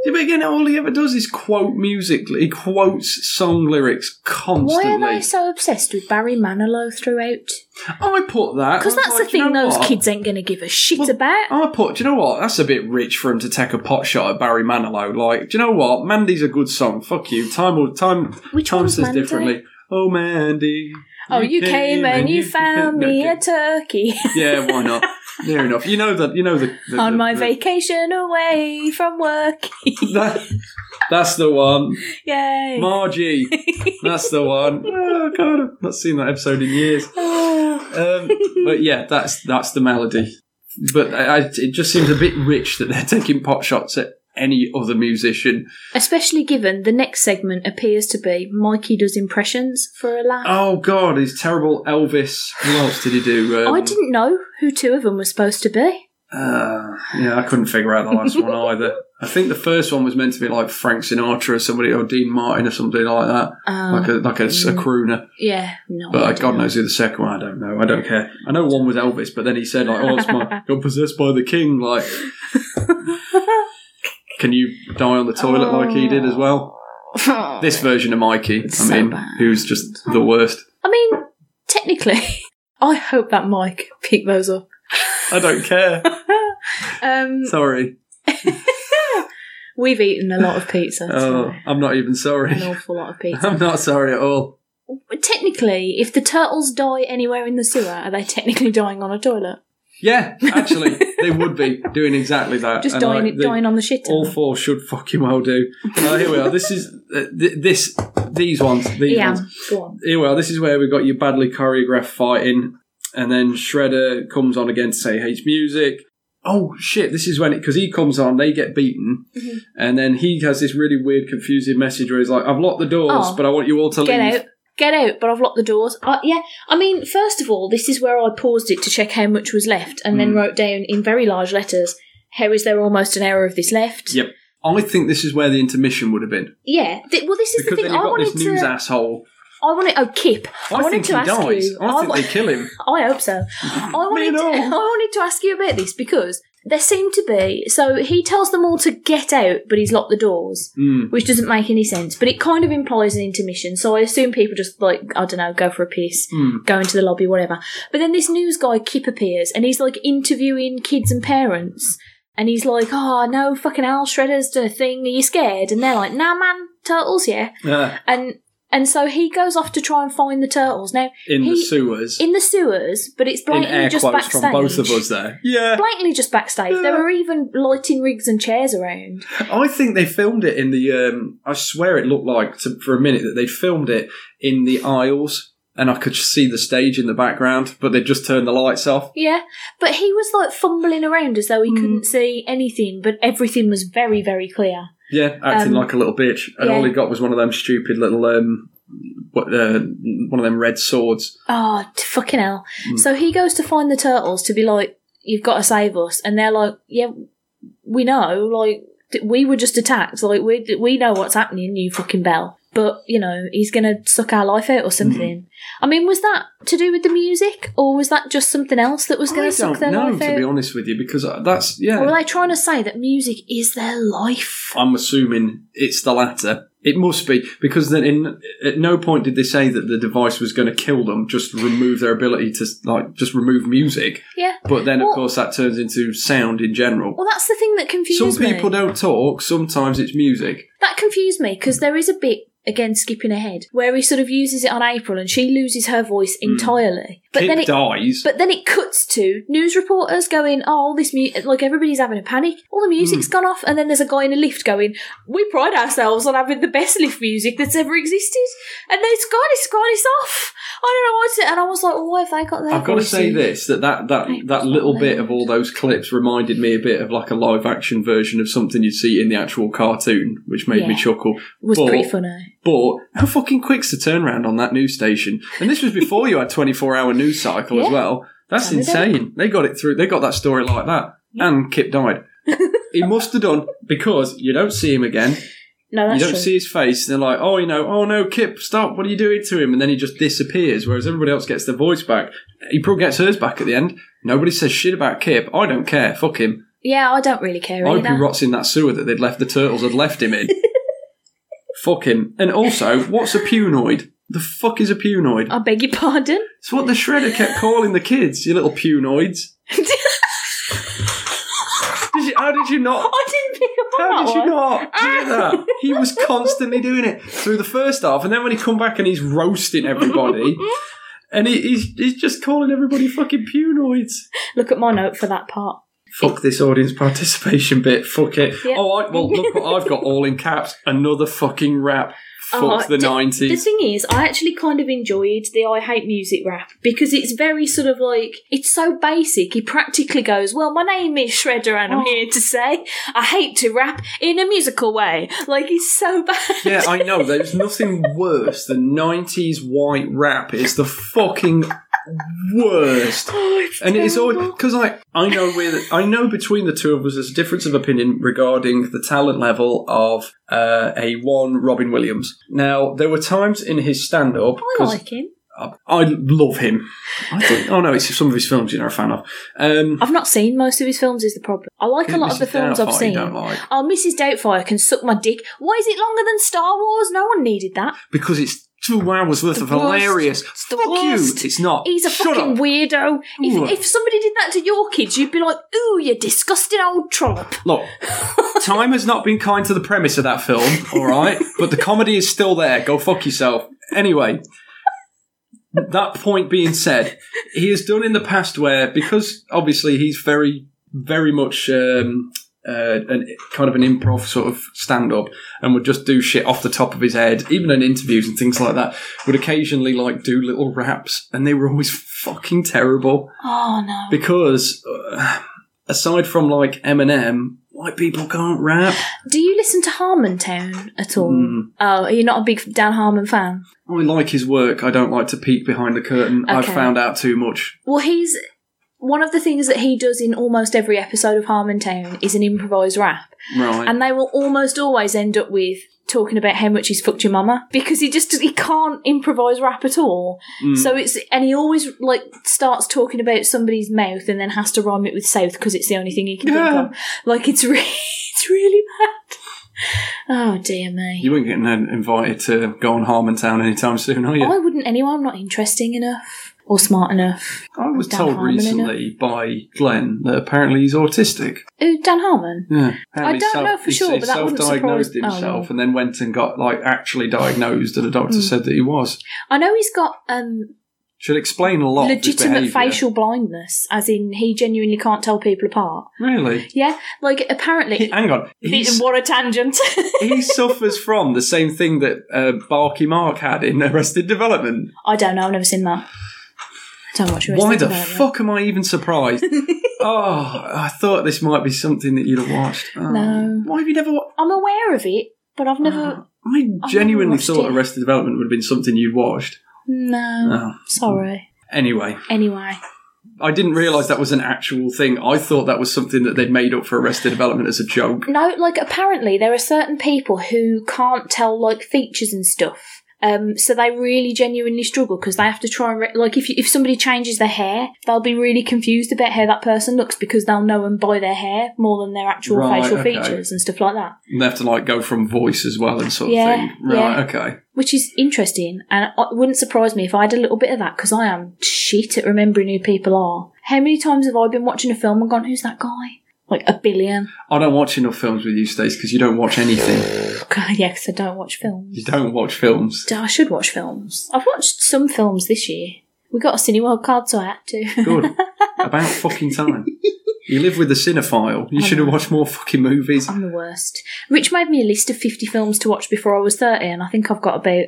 [SPEAKER 3] Yeah, but again, all he ever does is quote music. He quotes song lyrics
[SPEAKER 4] Why
[SPEAKER 3] constantly.
[SPEAKER 4] are they so obsessed with Barry Manilow throughout?
[SPEAKER 3] I put that
[SPEAKER 4] Because
[SPEAKER 3] I was like,
[SPEAKER 4] that's the
[SPEAKER 3] Oh "Do you
[SPEAKER 4] thing
[SPEAKER 3] know
[SPEAKER 4] those
[SPEAKER 3] what?"
[SPEAKER 4] kids ain't going to give a shit
[SPEAKER 3] Well, oh,
[SPEAKER 4] about.
[SPEAKER 3] I put. Do you know what? That's a bit rich for him to take a pot shot at Barry Manilow. Like, do you know what? Mandy's a good song. Fuck you. Time will time.
[SPEAKER 4] Which
[SPEAKER 3] time
[SPEAKER 4] one's
[SPEAKER 3] says
[SPEAKER 4] Mandy?
[SPEAKER 3] differently. Oh, Mandy.
[SPEAKER 4] Oh, you came and you found me
[SPEAKER 3] No,
[SPEAKER 4] a turkey
[SPEAKER 3] Yeah, why not? Near enough. You know that. You know the. the
[SPEAKER 4] on
[SPEAKER 3] the-
[SPEAKER 4] my
[SPEAKER 3] the-
[SPEAKER 4] vacation away from work.
[SPEAKER 3] That, that's the one.
[SPEAKER 4] Yay.
[SPEAKER 3] Margie. That's the one. Oh god, I've not seen that episode in years. Um, but yeah, that's that's the melody. But I, I, it just seems a bit rich that they're taking pot shots at any other musician.
[SPEAKER 4] Especially given the next segment appears to be Mikey does impressions for a laugh.
[SPEAKER 3] Oh god, his terrible Elvis. Who else did he do? Um,
[SPEAKER 4] Oh, I didn't know who two of them were supposed to be.
[SPEAKER 3] uh, yeah, I couldn't figure out the last one either. I think the first one was meant to be like Frank Sinatra or somebody, or Dean Martin or something like that, like a like a,
[SPEAKER 4] Mm.
[SPEAKER 3] a crooner.
[SPEAKER 4] Um, Yeah, no.
[SPEAKER 3] But
[SPEAKER 4] I
[SPEAKER 3] uh,
[SPEAKER 4] don't
[SPEAKER 3] God
[SPEAKER 4] know.
[SPEAKER 3] knows who the second one. I don't know. I don't care. I know one was Elvis, but then he said like, "Oh, it's my got possessed by the king." Like, can you die on the toilet like he did as well? This version of Mikey, I
[SPEAKER 4] Oh. So
[SPEAKER 3] mean,
[SPEAKER 4] bad.
[SPEAKER 3] who's just the worst.
[SPEAKER 4] I mean, technically, I hope that Mike picked those up.
[SPEAKER 3] I don't care.
[SPEAKER 4] Um,
[SPEAKER 3] sorry.
[SPEAKER 4] we've eaten a lot of pizza.
[SPEAKER 3] Oh,
[SPEAKER 4] so
[SPEAKER 3] I'm not even
[SPEAKER 4] an
[SPEAKER 3] sorry.
[SPEAKER 4] awful lot of pizza.
[SPEAKER 3] I'm not sorry at all.
[SPEAKER 4] But technically, if the turtles die anywhere in the sewer, are they technically dying on a toilet?
[SPEAKER 3] Yeah, actually, they would be doing exactly that.
[SPEAKER 4] Just
[SPEAKER 3] And,
[SPEAKER 4] dying,
[SPEAKER 3] like, they-
[SPEAKER 4] dying on the shit.
[SPEAKER 3] All four should fucking well do. Uh, here we are. This is uh, th- this these ones. These
[SPEAKER 4] yeah,
[SPEAKER 3] ones.
[SPEAKER 4] go on.
[SPEAKER 3] Here we are. This is where we got your badly choreographed fighting, and then Shredder comes on again to say H music. Oh shit! This is when it because he comes on, they get beaten,
[SPEAKER 4] Mm-hmm.
[SPEAKER 3] and then he has this really weird, confusing message where he's like, "I've locked the doors,
[SPEAKER 4] Oh.
[SPEAKER 3] but I want you all to
[SPEAKER 4] Get
[SPEAKER 3] leave."
[SPEAKER 4] out. Get out, but I've locked the doors. I, yeah, I mean, first of all, this is where I paused it to check how much was left and
[SPEAKER 3] Hmm.
[SPEAKER 4] then wrote down in very large letters, how is there almost an hour of this left?
[SPEAKER 3] Yep. I think this is where the intermission would have been
[SPEAKER 4] Yeah, th- well, this is
[SPEAKER 3] because
[SPEAKER 4] the
[SPEAKER 3] then
[SPEAKER 4] thing.
[SPEAKER 3] you've
[SPEAKER 4] I
[SPEAKER 3] got
[SPEAKER 4] wanted
[SPEAKER 3] this news
[SPEAKER 4] to.
[SPEAKER 3] asshole.
[SPEAKER 4] I wanted. Oh, Kip. I,
[SPEAKER 3] I,
[SPEAKER 4] wanted
[SPEAKER 3] think
[SPEAKER 4] to
[SPEAKER 3] he
[SPEAKER 4] ask
[SPEAKER 3] dies.
[SPEAKER 4] you.
[SPEAKER 3] I think
[SPEAKER 4] wa-
[SPEAKER 3] they kill him.
[SPEAKER 4] I hope so. I wanted, to,
[SPEAKER 3] no.
[SPEAKER 4] I wanted to ask you about this because there seemed to be. So he tells them all to get out, but he's locked the doors,
[SPEAKER 3] Hmm.
[SPEAKER 4] which doesn't make any sense. But it kind of implies an intermission. So I assume people just, like, I don't know, go for a piss,
[SPEAKER 3] Hmm.
[SPEAKER 4] go into the lobby, whatever. But then this news guy, Kip, appears and he's, like, interviewing kids and parents. And he's like, oh, no, fucking hell, Shredder's done a thing. Are you scared? And they're like, nah, man, turtles, yeah.
[SPEAKER 3] Yeah,
[SPEAKER 4] And. And so he goes off to try and find the turtles. Now
[SPEAKER 3] in the
[SPEAKER 4] he-
[SPEAKER 3] sewers.
[SPEAKER 4] in the sewers, but it's
[SPEAKER 3] in
[SPEAKER 4] blatantly
[SPEAKER 3] air
[SPEAKER 4] just
[SPEAKER 3] quotes
[SPEAKER 4] backstage.
[SPEAKER 3] from both of us there. Yeah.
[SPEAKER 4] Blatantly just backstage. There were even lighting rigs and chairs around.
[SPEAKER 3] I think they filmed it in the. Um, I swear it looked like to, for a minute that they filmed it in the aisles, and I could see the stage in the background, but they just turned the lights off.
[SPEAKER 4] Yeah, but he was like fumbling around as
[SPEAKER 3] Hmm.
[SPEAKER 4] though he couldn't see anything, but everything was very, very clear.
[SPEAKER 3] Yeah, acting
[SPEAKER 4] Um,
[SPEAKER 3] like a little bitch, and
[SPEAKER 4] yeah.
[SPEAKER 3] all he got was one of them stupid little. Um, what, uh, one of them red swords.
[SPEAKER 4] Oh, t- fucking hell.
[SPEAKER 3] Hmm.
[SPEAKER 4] So he goes to find the turtles to be like, you've got to save us. And they're like, yeah, we know. Like, d- we were just attacked. Like, we, d- we know what's happening, you fucking bell. But, you know, he's going to suck our life
[SPEAKER 3] Hmm.
[SPEAKER 4] out or something. I mean, was that to do with the music or was that just something else that was
[SPEAKER 3] I
[SPEAKER 4] going to suck
[SPEAKER 3] don't
[SPEAKER 4] their
[SPEAKER 3] know,
[SPEAKER 4] life
[SPEAKER 3] to be
[SPEAKER 4] out?
[SPEAKER 3] honest with you, because uh, that's yeah.
[SPEAKER 4] Or were they trying to say that music is their life?
[SPEAKER 3] I'm assuming it's the latter. It must be because then in at no point did they say that the device was going to kill them, just remove their ability to like just remove music.
[SPEAKER 4] Yeah.
[SPEAKER 3] But then
[SPEAKER 4] Well-
[SPEAKER 3] of course that turns into sound in general.
[SPEAKER 4] Well, that's the thing that confuses
[SPEAKER 3] Some
[SPEAKER 4] me.
[SPEAKER 3] people don't talk. Sometimes it's music.
[SPEAKER 4] That confused me because there is a bit again skipping ahead where he sort of uses it on April and she loses her voice
[SPEAKER 3] Hmm.
[SPEAKER 4] entirely. But
[SPEAKER 3] Kid
[SPEAKER 4] then it
[SPEAKER 3] dies.
[SPEAKER 4] but then it cuts to news reporters going, "Oh, all this mu- like everybody's having a panic. All the
[SPEAKER 3] Hmm.
[SPEAKER 4] music's gone off." And then there's a guy in a lift going, "We pride ourselves on having the best lift music that's ever existed." And then it's gone, it's gone, it's off. I don't know what's it. And I was like, well, "Why have they got their
[SPEAKER 3] I've got to
[SPEAKER 4] voices?
[SPEAKER 3] say this that that that,
[SPEAKER 4] Right,
[SPEAKER 3] that
[SPEAKER 4] it's
[SPEAKER 3] little
[SPEAKER 4] not
[SPEAKER 3] bit
[SPEAKER 4] loud.
[SPEAKER 3] of all those clips reminded me a bit of like a live action version of something you'd see in the actual cartoon, which made me
[SPEAKER 4] Yeah.
[SPEAKER 3] chuckle.
[SPEAKER 4] was
[SPEAKER 3] But-
[SPEAKER 4] pretty funny."
[SPEAKER 3] But how fucking quick's the turnaround on that news station? And this was before you had 24 hour news cycle as
[SPEAKER 4] Yeah.
[SPEAKER 3] well. That's
[SPEAKER 4] Done it
[SPEAKER 3] insane. They got it through, they got that story like that. And Kip died. he must have done because you don't see him again.
[SPEAKER 4] No,
[SPEAKER 3] You
[SPEAKER 4] that's
[SPEAKER 3] don't
[SPEAKER 4] true.
[SPEAKER 3] see his face. And they're like, oh, you know, oh no, Kip, stop. What are you doing to him? And then he just disappears, whereas everybody else gets their voice back. April gets hers back at the end. Nobody says shit about Kip. I don't care. Fuck him.
[SPEAKER 4] yeah, I don't really care
[SPEAKER 3] I hope he
[SPEAKER 4] either.
[SPEAKER 3] rots in that sewer that they'd left the turtles had left him in. fuck him. And also, what's a punoid? The fuck is a punoid?
[SPEAKER 4] I beg your pardon.
[SPEAKER 3] It's what the shredder kept calling the kids, you little punoids. Did you, how did you not?
[SPEAKER 4] I didn't pick up on
[SPEAKER 3] How
[SPEAKER 4] that
[SPEAKER 3] did you
[SPEAKER 4] one. Ah!
[SPEAKER 3] not hear that? He was constantly doing it through the first half, and then when he come back and he's roasting everybody, and he, he's, he's just calling everybody fucking punoids.
[SPEAKER 4] Look at my note for that part.
[SPEAKER 3] Fuck this audience participation bit. Fuck it.
[SPEAKER 4] Yeah.
[SPEAKER 3] Oh, I, well, look what I've got all in caps. Another fucking rap. Fuck
[SPEAKER 4] Oh,
[SPEAKER 3] the
[SPEAKER 4] d- The
[SPEAKER 3] nineties.
[SPEAKER 4] thing is, I actually kind of enjoyed the I hate music rap because it's very sort of like it's so basic. He practically goes, "Well, my name is Shredder, and I'm here to say I hate to rap in a musical way." Like it's so bad.
[SPEAKER 3] Yeah, I know. There's nothing worse than nineties white rap. It's the fucking worst.
[SPEAKER 4] Oh, it's
[SPEAKER 3] And it's always
[SPEAKER 4] terrible.
[SPEAKER 3] because I I know we I know between the two of us there's a difference of opinion regarding the talent level of uh, a one Robin Williams. Now there were times in his stand up
[SPEAKER 4] I like him.
[SPEAKER 3] I, I love him. I think, oh no, it's some of his films you're not a fan of. Um,
[SPEAKER 4] I've not seen most of his films. Is the problem? I like a lot of the
[SPEAKER 3] Mrs.
[SPEAKER 4] films
[SPEAKER 3] Doubtfire
[SPEAKER 4] I've
[SPEAKER 3] you
[SPEAKER 4] seen.
[SPEAKER 3] don't like.
[SPEAKER 4] Oh, Mrs. Doubtfire can suck my dick. Why is it longer than Star Wars? No one needed that.
[SPEAKER 3] because it's two hours worth
[SPEAKER 4] The
[SPEAKER 3] of
[SPEAKER 4] worst.
[SPEAKER 3] hilarious.
[SPEAKER 4] It's the
[SPEAKER 3] Fuck
[SPEAKER 4] worst.
[SPEAKER 3] you. It's not.
[SPEAKER 4] He's a
[SPEAKER 3] Shut
[SPEAKER 4] fucking
[SPEAKER 3] up.
[SPEAKER 4] weirdo.
[SPEAKER 3] Ooh.
[SPEAKER 4] If, if somebody did that to your kids, you'd be like, "Ooh, you disgusting old trollop."
[SPEAKER 3] Look, time has not been kind to the premise of that film, all right? But the comedy is still there. Go fuck yourself. Anyway, that point being said, he has done in the past where, because obviously he's very, very much um, uh, an, kind of an improv sort of stand up and would just do shit off the top of his head, even in interviews and things like that, would occasionally like do little raps and they were always fucking terrible
[SPEAKER 4] Oh no.
[SPEAKER 3] because uh, aside from like Eminem, white people can't rap.
[SPEAKER 4] Do you listen to Harmontown at all? Oh, are you not a big Dan Harmon fan?
[SPEAKER 3] I like his work. I don't like to peek behind the curtain. I've
[SPEAKER 4] Okay.
[SPEAKER 3] found out too much.
[SPEAKER 4] Well, he's one of the things that he does in almost every episode of Harmontown is an improvised rap.
[SPEAKER 3] Right.
[SPEAKER 4] and they will almost always end up with talking about how much he's fucked your mama because he just he can't improvise rap at all.
[SPEAKER 3] Mm.
[SPEAKER 4] So it's and he always like starts talking about somebody's mouth and then has to rhyme it with south because it's the only thing he can
[SPEAKER 3] Yeah.
[SPEAKER 4] think of. Like it's re- it's really bad. Oh dear me.
[SPEAKER 3] you ain't getting uh, invited to go on Harmontown anytime soon, are you?
[SPEAKER 4] I wouldn't anyway. I'm not interesting enough or smart enough.
[SPEAKER 3] I was
[SPEAKER 4] Dan
[SPEAKER 3] told
[SPEAKER 4] Harmon
[SPEAKER 3] recently by Glenn that apparently he's autistic.
[SPEAKER 4] Ooh, Dan Harmon.
[SPEAKER 3] Yeah. Apparently
[SPEAKER 4] don't know for
[SPEAKER 3] he
[SPEAKER 4] sure,
[SPEAKER 3] he
[SPEAKER 4] but that wouldn't
[SPEAKER 3] self-diagnosed
[SPEAKER 4] surprise- oh,
[SPEAKER 3] himself
[SPEAKER 4] no.
[SPEAKER 3] and then went and got like actually diagnosed, and a doctor
[SPEAKER 4] Hmm.
[SPEAKER 3] said that he was.
[SPEAKER 4] I know he's got um,
[SPEAKER 3] Should explain a lot. of his
[SPEAKER 4] legitimate
[SPEAKER 3] behaviour.
[SPEAKER 4] facial blindness, as in he genuinely can't tell people apart.
[SPEAKER 3] Really?
[SPEAKER 4] Yeah, like apparently
[SPEAKER 3] He- hang on. He's-
[SPEAKER 4] what a tangent.
[SPEAKER 3] he suffers from the same thing that uh, Barky Mark had in Arrested Development.
[SPEAKER 4] I don't know. I've never seen that. I don't watch Arrested
[SPEAKER 3] Why the
[SPEAKER 4] Development.
[SPEAKER 3] fuck am I even surprised? oh, I thought this might be something that you'd have watched. Oh,
[SPEAKER 4] No.
[SPEAKER 3] Why have you never? wa-
[SPEAKER 4] I'm aware of it, but I've never.
[SPEAKER 3] I genuinely
[SPEAKER 4] watched
[SPEAKER 3] thought
[SPEAKER 4] it.
[SPEAKER 3] Arrested Development would have been something you'd watched.
[SPEAKER 4] no,
[SPEAKER 3] No.
[SPEAKER 4] sorry.
[SPEAKER 3] Anyway,
[SPEAKER 4] Anyway,
[SPEAKER 3] I didn't realise that was an actual thing. I thought that was something that they'd made up for Arrested Development as a joke.
[SPEAKER 4] no, like apparently there are certain people who can't tell like features and stuff. Um, so they really genuinely struggle because they have to try and re- like if you, if somebody changes their hair, they'll be really confused about how that person looks because they'll know them by their hair more than their actual
[SPEAKER 3] Right,
[SPEAKER 4] facial
[SPEAKER 3] okay.
[SPEAKER 4] features and stuff like that.
[SPEAKER 3] And they have to like go from voice as well and sort
[SPEAKER 4] Yeah,
[SPEAKER 3] of thing. Right?
[SPEAKER 4] yeah.
[SPEAKER 3] Okay.
[SPEAKER 4] which is interesting and it wouldn't surprise me if i had a little bit of that because i am shit at remembering who people are how many times have i been watching a film and gone who's that guy like a billion
[SPEAKER 3] I don't watch enough films with you, Stace, because you don't watch anything.
[SPEAKER 4] God, yeah because i don't watch films
[SPEAKER 3] You don't watch films.
[SPEAKER 4] i should watch films i've watched some films this year we got a cineworld card so i had to
[SPEAKER 3] Good. About fucking time. You live with a cinephile. You should have watched more fucking movies.
[SPEAKER 4] i'm the worst rich made me a list of 50 films to watch before i was 30 and i think i've got about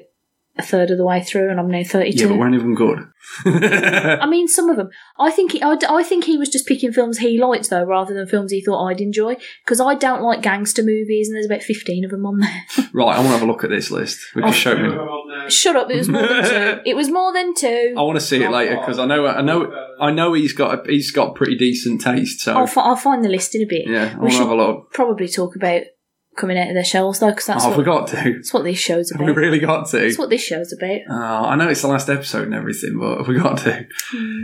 [SPEAKER 4] a third of the way through and i'm now 32
[SPEAKER 3] Yeah, but weren't even good.
[SPEAKER 4] I mean, some of them. I think he, I, d- I think he was just picking films he liked though, rather than films he thought I'd enjoy. Because I don't like gangster movies, and there's about fifteen of them on there.
[SPEAKER 3] Right, I want to have a look at this list. We
[SPEAKER 4] Oh,
[SPEAKER 3] can show me.
[SPEAKER 4] Shut up! It was more than two. It was more than two.
[SPEAKER 3] I want to see it later because I know, I know, I know he's got a, he's got pretty decent taste. So
[SPEAKER 4] I'll, fi- I'll find the list in a bit.
[SPEAKER 3] yeah, I
[SPEAKER 4] Oh, we
[SPEAKER 3] want to
[SPEAKER 4] should
[SPEAKER 3] have a look.
[SPEAKER 4] probably talk about coming out of their shells though, because that's,
[SPEAKER 3] Oh,
[SPEAKER 4] what-
[SPEAKER 3] we got to.
[SPEAKER 4] that's what this show's
[SPEAKER 3] We
[SPEAKER 4] about.
[SPEAKER 3] really got to.
[SPEAKER 4] That's what this show's about.
[SPEAKER 3] Oh, I know it's the last episode and everything, but we got to.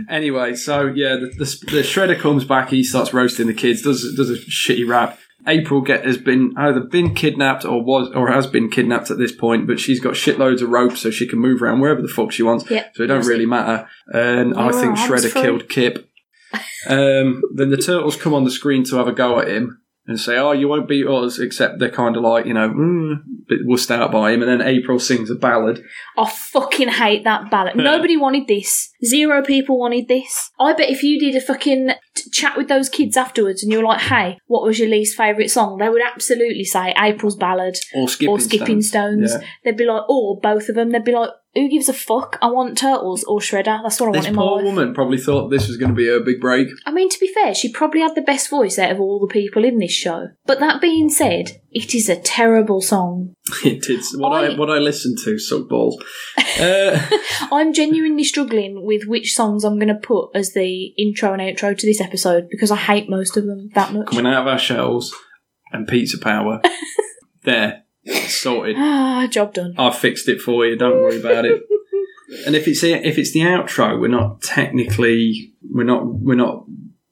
[SPEAKER 3] Anyway, so yeah, the, the, the shredder comes back. He starts roasting the kids. Does does a shitty rap. April get has been either been kidnapped or was or has been kidnapped at this point, but she's got shitloads of rope so she can move around wherever the fuck she wants.
[SPEAKER 4] Yep.
[SPEAKER 3] so it don't really matter. And I
[SPEAKER 4] Your
[SPEAKER 3] think
[SPEAKER 4] arm's
[SPEAKER 3] Shredder
[SPEAKER 4] free.
[SPEAKER 3] killed Kip. Um, then the turtles come on the screen to have a go at him and say, "Oh, you won't beat us," except they're kind of like you know, mm, bit wussed out by him. And then April sings a ballad.
[SPEAKER 4] I fucking hate that ballot. Nobody wanted this. Zero people wanted this. I bet if you did a fucking t- chat with those kids afterwards and you were like, hey, what was your least favourite song? They would absolutely say April's Ballad
[SPEAKER 3] Or skipping,
[SPEAKER 4] or Skipping Stones.
[SPEAKER 3] Yeah.
[SPEAKER 4] They'd be like, or both of them. They'd be like, who gives a fuck? I want Turtles or Shredder. That's what I
[SPEAKER 3] This
[SPEAKER 4] want in my
[SPEAKER 3] poor
[SPEAKER 4] life.
[SPEAKER 3] woman probably thought this was going to be her big break.
[SPEAKER 4] I mean, to be fair, she probably had the best voice out of all the people in this show. But that being said, it is a terrible song.
[SPEAKER 3] It did. What I,
[SPEAKER 4] I-
[SPEAKER 3] what I listened to sucked balls. Uh,
[SPEAKER 4] I'm genuinely struggling with which songs I'm going to put as the intro and outro to this episode because I hate most of them that much.
[SPEAKER 3] coming out of our shells and pizza power. there, sorted.
[SPEAKER 4] Ah, job done.
[SPEAKER 3] I've fixed it for you. Don't worry about it. And if it's if it's the outro, we're not technically we're not we're not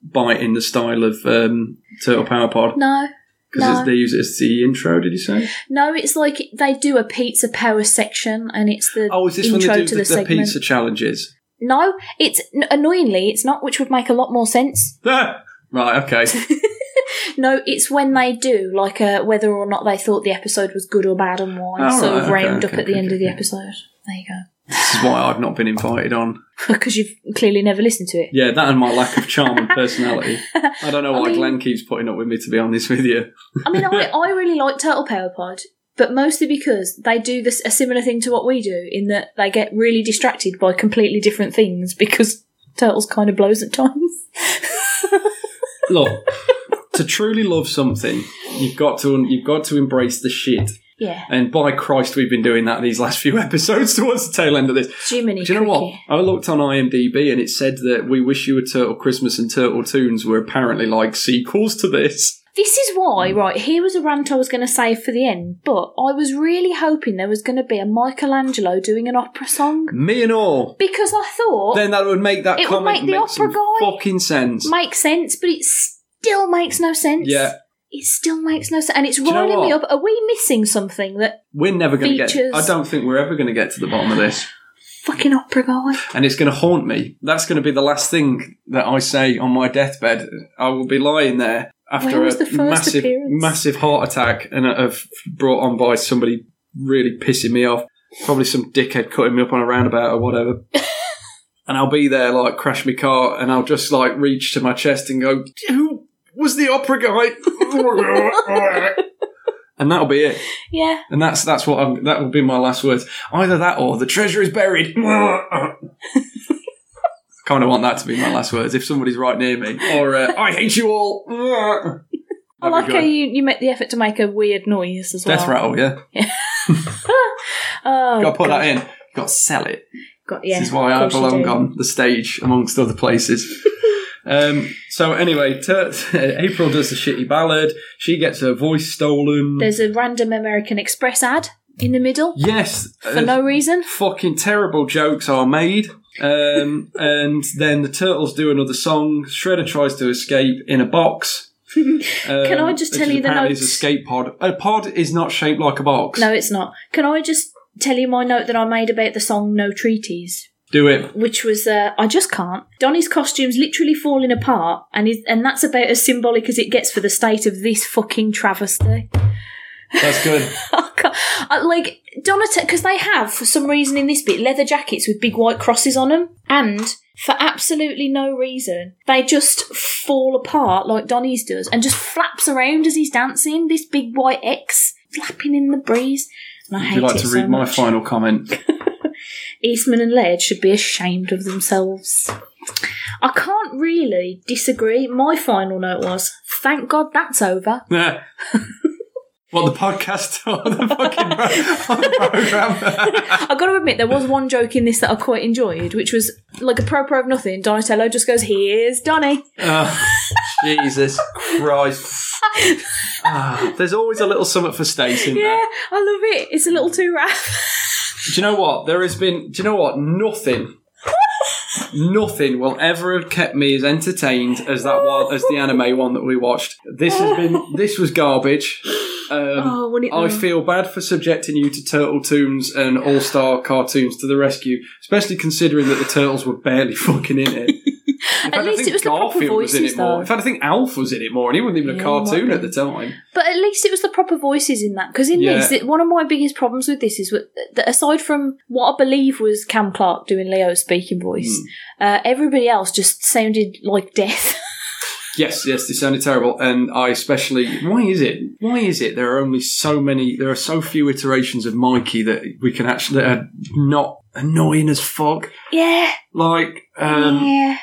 [SPEAKER 3] biting the style of um, Turtle Power Pod
[SPEAKER 4] No.
[SPEAKER 3] because
[SPEAKER 4] No.
[SPEAKER 3] they use it as the intro. Did you say?
[SPEAKER 4] No, it's like they do a pizza power section and it's the
[SPEAKER 3] Oh, is this when
[SPEAKER 4] intro
[SPEAKER 3] they
[SPEAKER 4] to
[SPEAKER 3] do
[SPEAKER 4] the,
[SPEAKER 3] the, the
[SPEAKER 4] segment.
[SPEAKER 3] pizza challenges?
[SPEAKER 4] No, it's n- annoyingly it's not, which would make a lot more sense.
[SPEAKER 3] Ah! Right. Okay.
[SPEAKER 4] No, it's when they do like a, whether or not they thought the episode was good or bad and why,
[SPEAKER 3] Oh,
[SPEAKER 4] sort
[SPEAKER 3] right,
[SPEAKER 4] of
[SPEAKER 3] okay,
[SPEAKER 4] round up
[SPEAKER 3] okay,
[SPEAKER 4] at the
[SPEAKER 3] okay,
[SPEAKER 4] end of the
[SPEAKER 3] okay.
[SPEAKER 4] episode. There you go,
[SPEAKER 3] this is why I've not been invited on.
[SPEAKER 4] because you've clearly never listened to it.
[SPEAKER 3] Yeah, that and my lack of charm and personality. I don't know why
[SPEAKER 4] mean-
[SPEAKER 3] Glenn keeps putting up with me. To be honest with you.
[SPEAKER 4] I mean, I, I really like Turtle Power Pod, but mostly because they do this a similar thing to what we do in that they get really distracted by completely different things because turtles kind of blows at times.
[SPEAKER 3] Look, to truly love something, you've got to you've got to embrace the shit.
[SPEAKER 4] Yeah,
[SPEAKER 3] And by Christ, we've been doing that these last few episodes towards the tail end of this.
[SPEAKER 4] Jiminy.
[SPEAKER 3] Do you know what?
[SPEAKER 4] cricket.
[SPEAKER 3] I looked on IMDb and it said that We Wish You a Turtle Christmas and Turtle Tunes were apparently like sequels to this.
[SPEAKER 4] This is
[SPEAKER 3] Mm.
[SPEAKER 4] why, right, here was a rant I was going to save for the end, but I was really hoping there was going to be a Michelangelo doing an opera song
[SPEAKER 3] Me and all.
[SPEAKER 4] because I thought
[SPEAKER 3] Then that would make that
[SPEAKER 4] It would
[SPEAKER 3] comic
[SPEAKER 4] make the
[SPEAKER 3] make some
[SPEAKER 4] opera guy-
[SPEAKER 3] fucking sense.
[SPEAKER 4] makes sense, but it still makes no sense.
[SPEAKER 3] Yeah.
[SPEAKER 4] It still makes no sense. And it's
[SPEAKER 3] you know
[SPEAKER 4] riling me
[SPEAKER 3] what?
[SPEAKER 4] up. Are we missing something that
[SPEAKER 3] We're never going to get.
[SPEAKER 4] Features.
[SPEAKER 3] I don't think we're ever going to get to the bottom of this,
[SPEAKER 4] fucking opera guy?
[SPEAKER 3] and it's going to haunt me. That's going to be the last thing that I say on my deathbed. I will be lying there after
[SPEAKER 4] When was
[SPEAKER 3] a
[SPEAKER 4] the first
[SPEAKER 3] massive,
[SPEAKER 4] appearance?
[SPEAKER 3] massive heart attack, and I've brought on by somebody really pissing me off. Probably some dickhead cutting me up on a roundabout or whatever. and I'll be there, like crash my car, and I'll just like reach to my chest and go, "Who was the opera guy?" and that'll be it.
[SPEAKER 4] Yeah.
[SPEAKER 3] And that's that's what I'm, that will be my last words. Either that or the treasure is buried. kind of want that to be my last words. If somebody's right near me, or uh, I hate you all. That'd
[SPEAKER 4] I
[SPEAKER 3] be
[SPEAKER 4] like how
[SPEAKER 3] good.
[SPEAKER 4] you, you make the effort to make a weird noise as well.
[SPEAKER 3] death rattle. Yeah,
[SPEAKER 4] Oh,
[SPEAKER 3] got to put
[SPEAKER 4] God.
[SPEAKER 3] that in. Got to sell it.
[SPEAKER 4] God, yeah,
[SPEAKER 3] this is why I
[SPEAKER 4] of course you
[SPEAKER 3] belong
[SPEAKER 4] do.
[SPEAKER 3] on the stage amongst other places. um, so anyway, Tur April does the shitty ballad. She gets her voice stolen.
[SPEAKER 4] There's a random American Express ad in the middle
[SPEAKER 3] yes,
[SPEAKER 4] for no reason.
[SPEAKER 3] fucking terrible jokes are made. Um, and then the turtles do another song. Shredder tries to escape in a box.
[SPEAKER 4] Can I just tell you the
[SPEAKER 3] note? Uh, It's a
[SPEAKER 4] notes?
[SPEAKER 3] escape pod. A pod is not shaped like a box.
[SPEAKER 4] No, it's not. Can I just tell you my note that I made about the song No Treaties?
[SPEAKER 3] Do it.
[SPEAKER 4] Which was, uh, I just can't. Donnie's costume's literally falling apart, and is, and that's about as symbolic as it gets for the state of this fucking travesty.
[SPEAKER 3] That's good.
[SPEAKER 4] I can't- I- Uh, like Donatello, because they have for some reason in this bit leather jackets with big white crosses on them, and for absolutely no reason they just fall apart like Donnie's does, and just flaps around as he's dancing. This big white X flapping in the breeze. And I
[SPEAKER 3] Would
[SPEAKER 4] hate
[SPEAKER 3] you like
[SPEAKER 4] it
[SPEAKER 3] to
[SPEAKER 4] so
[SPEAKER 3] read my
[SPEAKER 4] much.
[SPEAKER 3] final comment?
[SPEAKER 4] Eastman and Laird should be ashamed of themselves. I can't really disagree. My final note was, thank God that's over.
[SPEAKER 3] what the podcast or the fucking pro- on the program?
[SPEAKER 4] i got to admit, there was one joke in this that I quite enjoyed, which was like a pro pro of nothing. Donatello just goes, here's Donnie.
[SPEAKER 3] Oh, Jesus Christ! Ah, there's always a little something for Stacey.
[SPEAKER 4] Yeah,
[SPEAKER 3] there.
[SPEAKER 4] I love it. It's a little too rough.
[SPEAKER 3] Do you know what? There has been. Do you know what? Nothing. Nothing will ever have kept me as entertained as that one, as the anime one that we watched. This has been. This was garbage. Um,
[SPEAKER 4] Oh, wouldn't it?
[SPEAKER 3] I
[SPEAKER 4] though?
[SPEAKER 3] feel bad for subjecting you to Turtle Tunes and All Star cartoons to the rescue, especially considering that the turtles were barely fucking in it. In fact,
[SPEAKER 4] At least it was the proper
[SPEAKER 3] was in it
[SPEAKER 4] voices,
[SPEAKER 3] more.
[SPEAKER 4] though.
[SPEAKER 3] In fact, I think Alf was in it more, and he wasn't even a
[SPEAKER 4] Yeah,
[SPEAKER 3] cartoon
[SPEAKER 4] might
[SPEAKER 3] at the time.
[SPEAKER 4] But at least it was the proper voices in that. Because in
[SPEAKER 3] Yeah.
[SPEAKER 4] this, it- one of my biggest problems with this is what- that aside from what I believe was Cam Clark doing Leo's speaking voice,
[SPEAKER 3] Hmm.
[SPEAKER 4] uh, everybody else just sounded like death.
[SPEAKER 3] Yes, yes, they sounded terrible, and I especially. Why is it? Why is it? There are only so many. There are so few iterations of Mikey that we can actually that are not annoying as fuck.
[SPEAKER 4] yeah.
[SPEAKER 3] Like um,
[SPEAKER 4] yeah.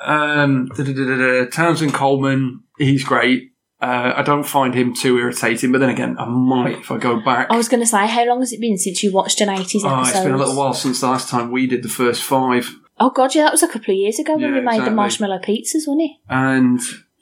[SPEAKER 3] um, da-da-da-da-da, Townsend Coleman, he's great. Uh, I don't find him too irritating, but then again, I might if I go back.
[SPEAKER 4] I was going to say, how long has it been since you watched an 80s episode?
[SPEAKER 3] Ah, it's been a little while since the last time we did the first five,
[SPEAKER 4] Oh god, yeah, that was a couple of years ago when
[SPEAKER 3] Yeah,
[SPEAKER 4] we made
[SPEAKER 3] exactly.
[SPEAKER 4] the marshmallow pizzas, wasn't it?
[SPEAKER 3] and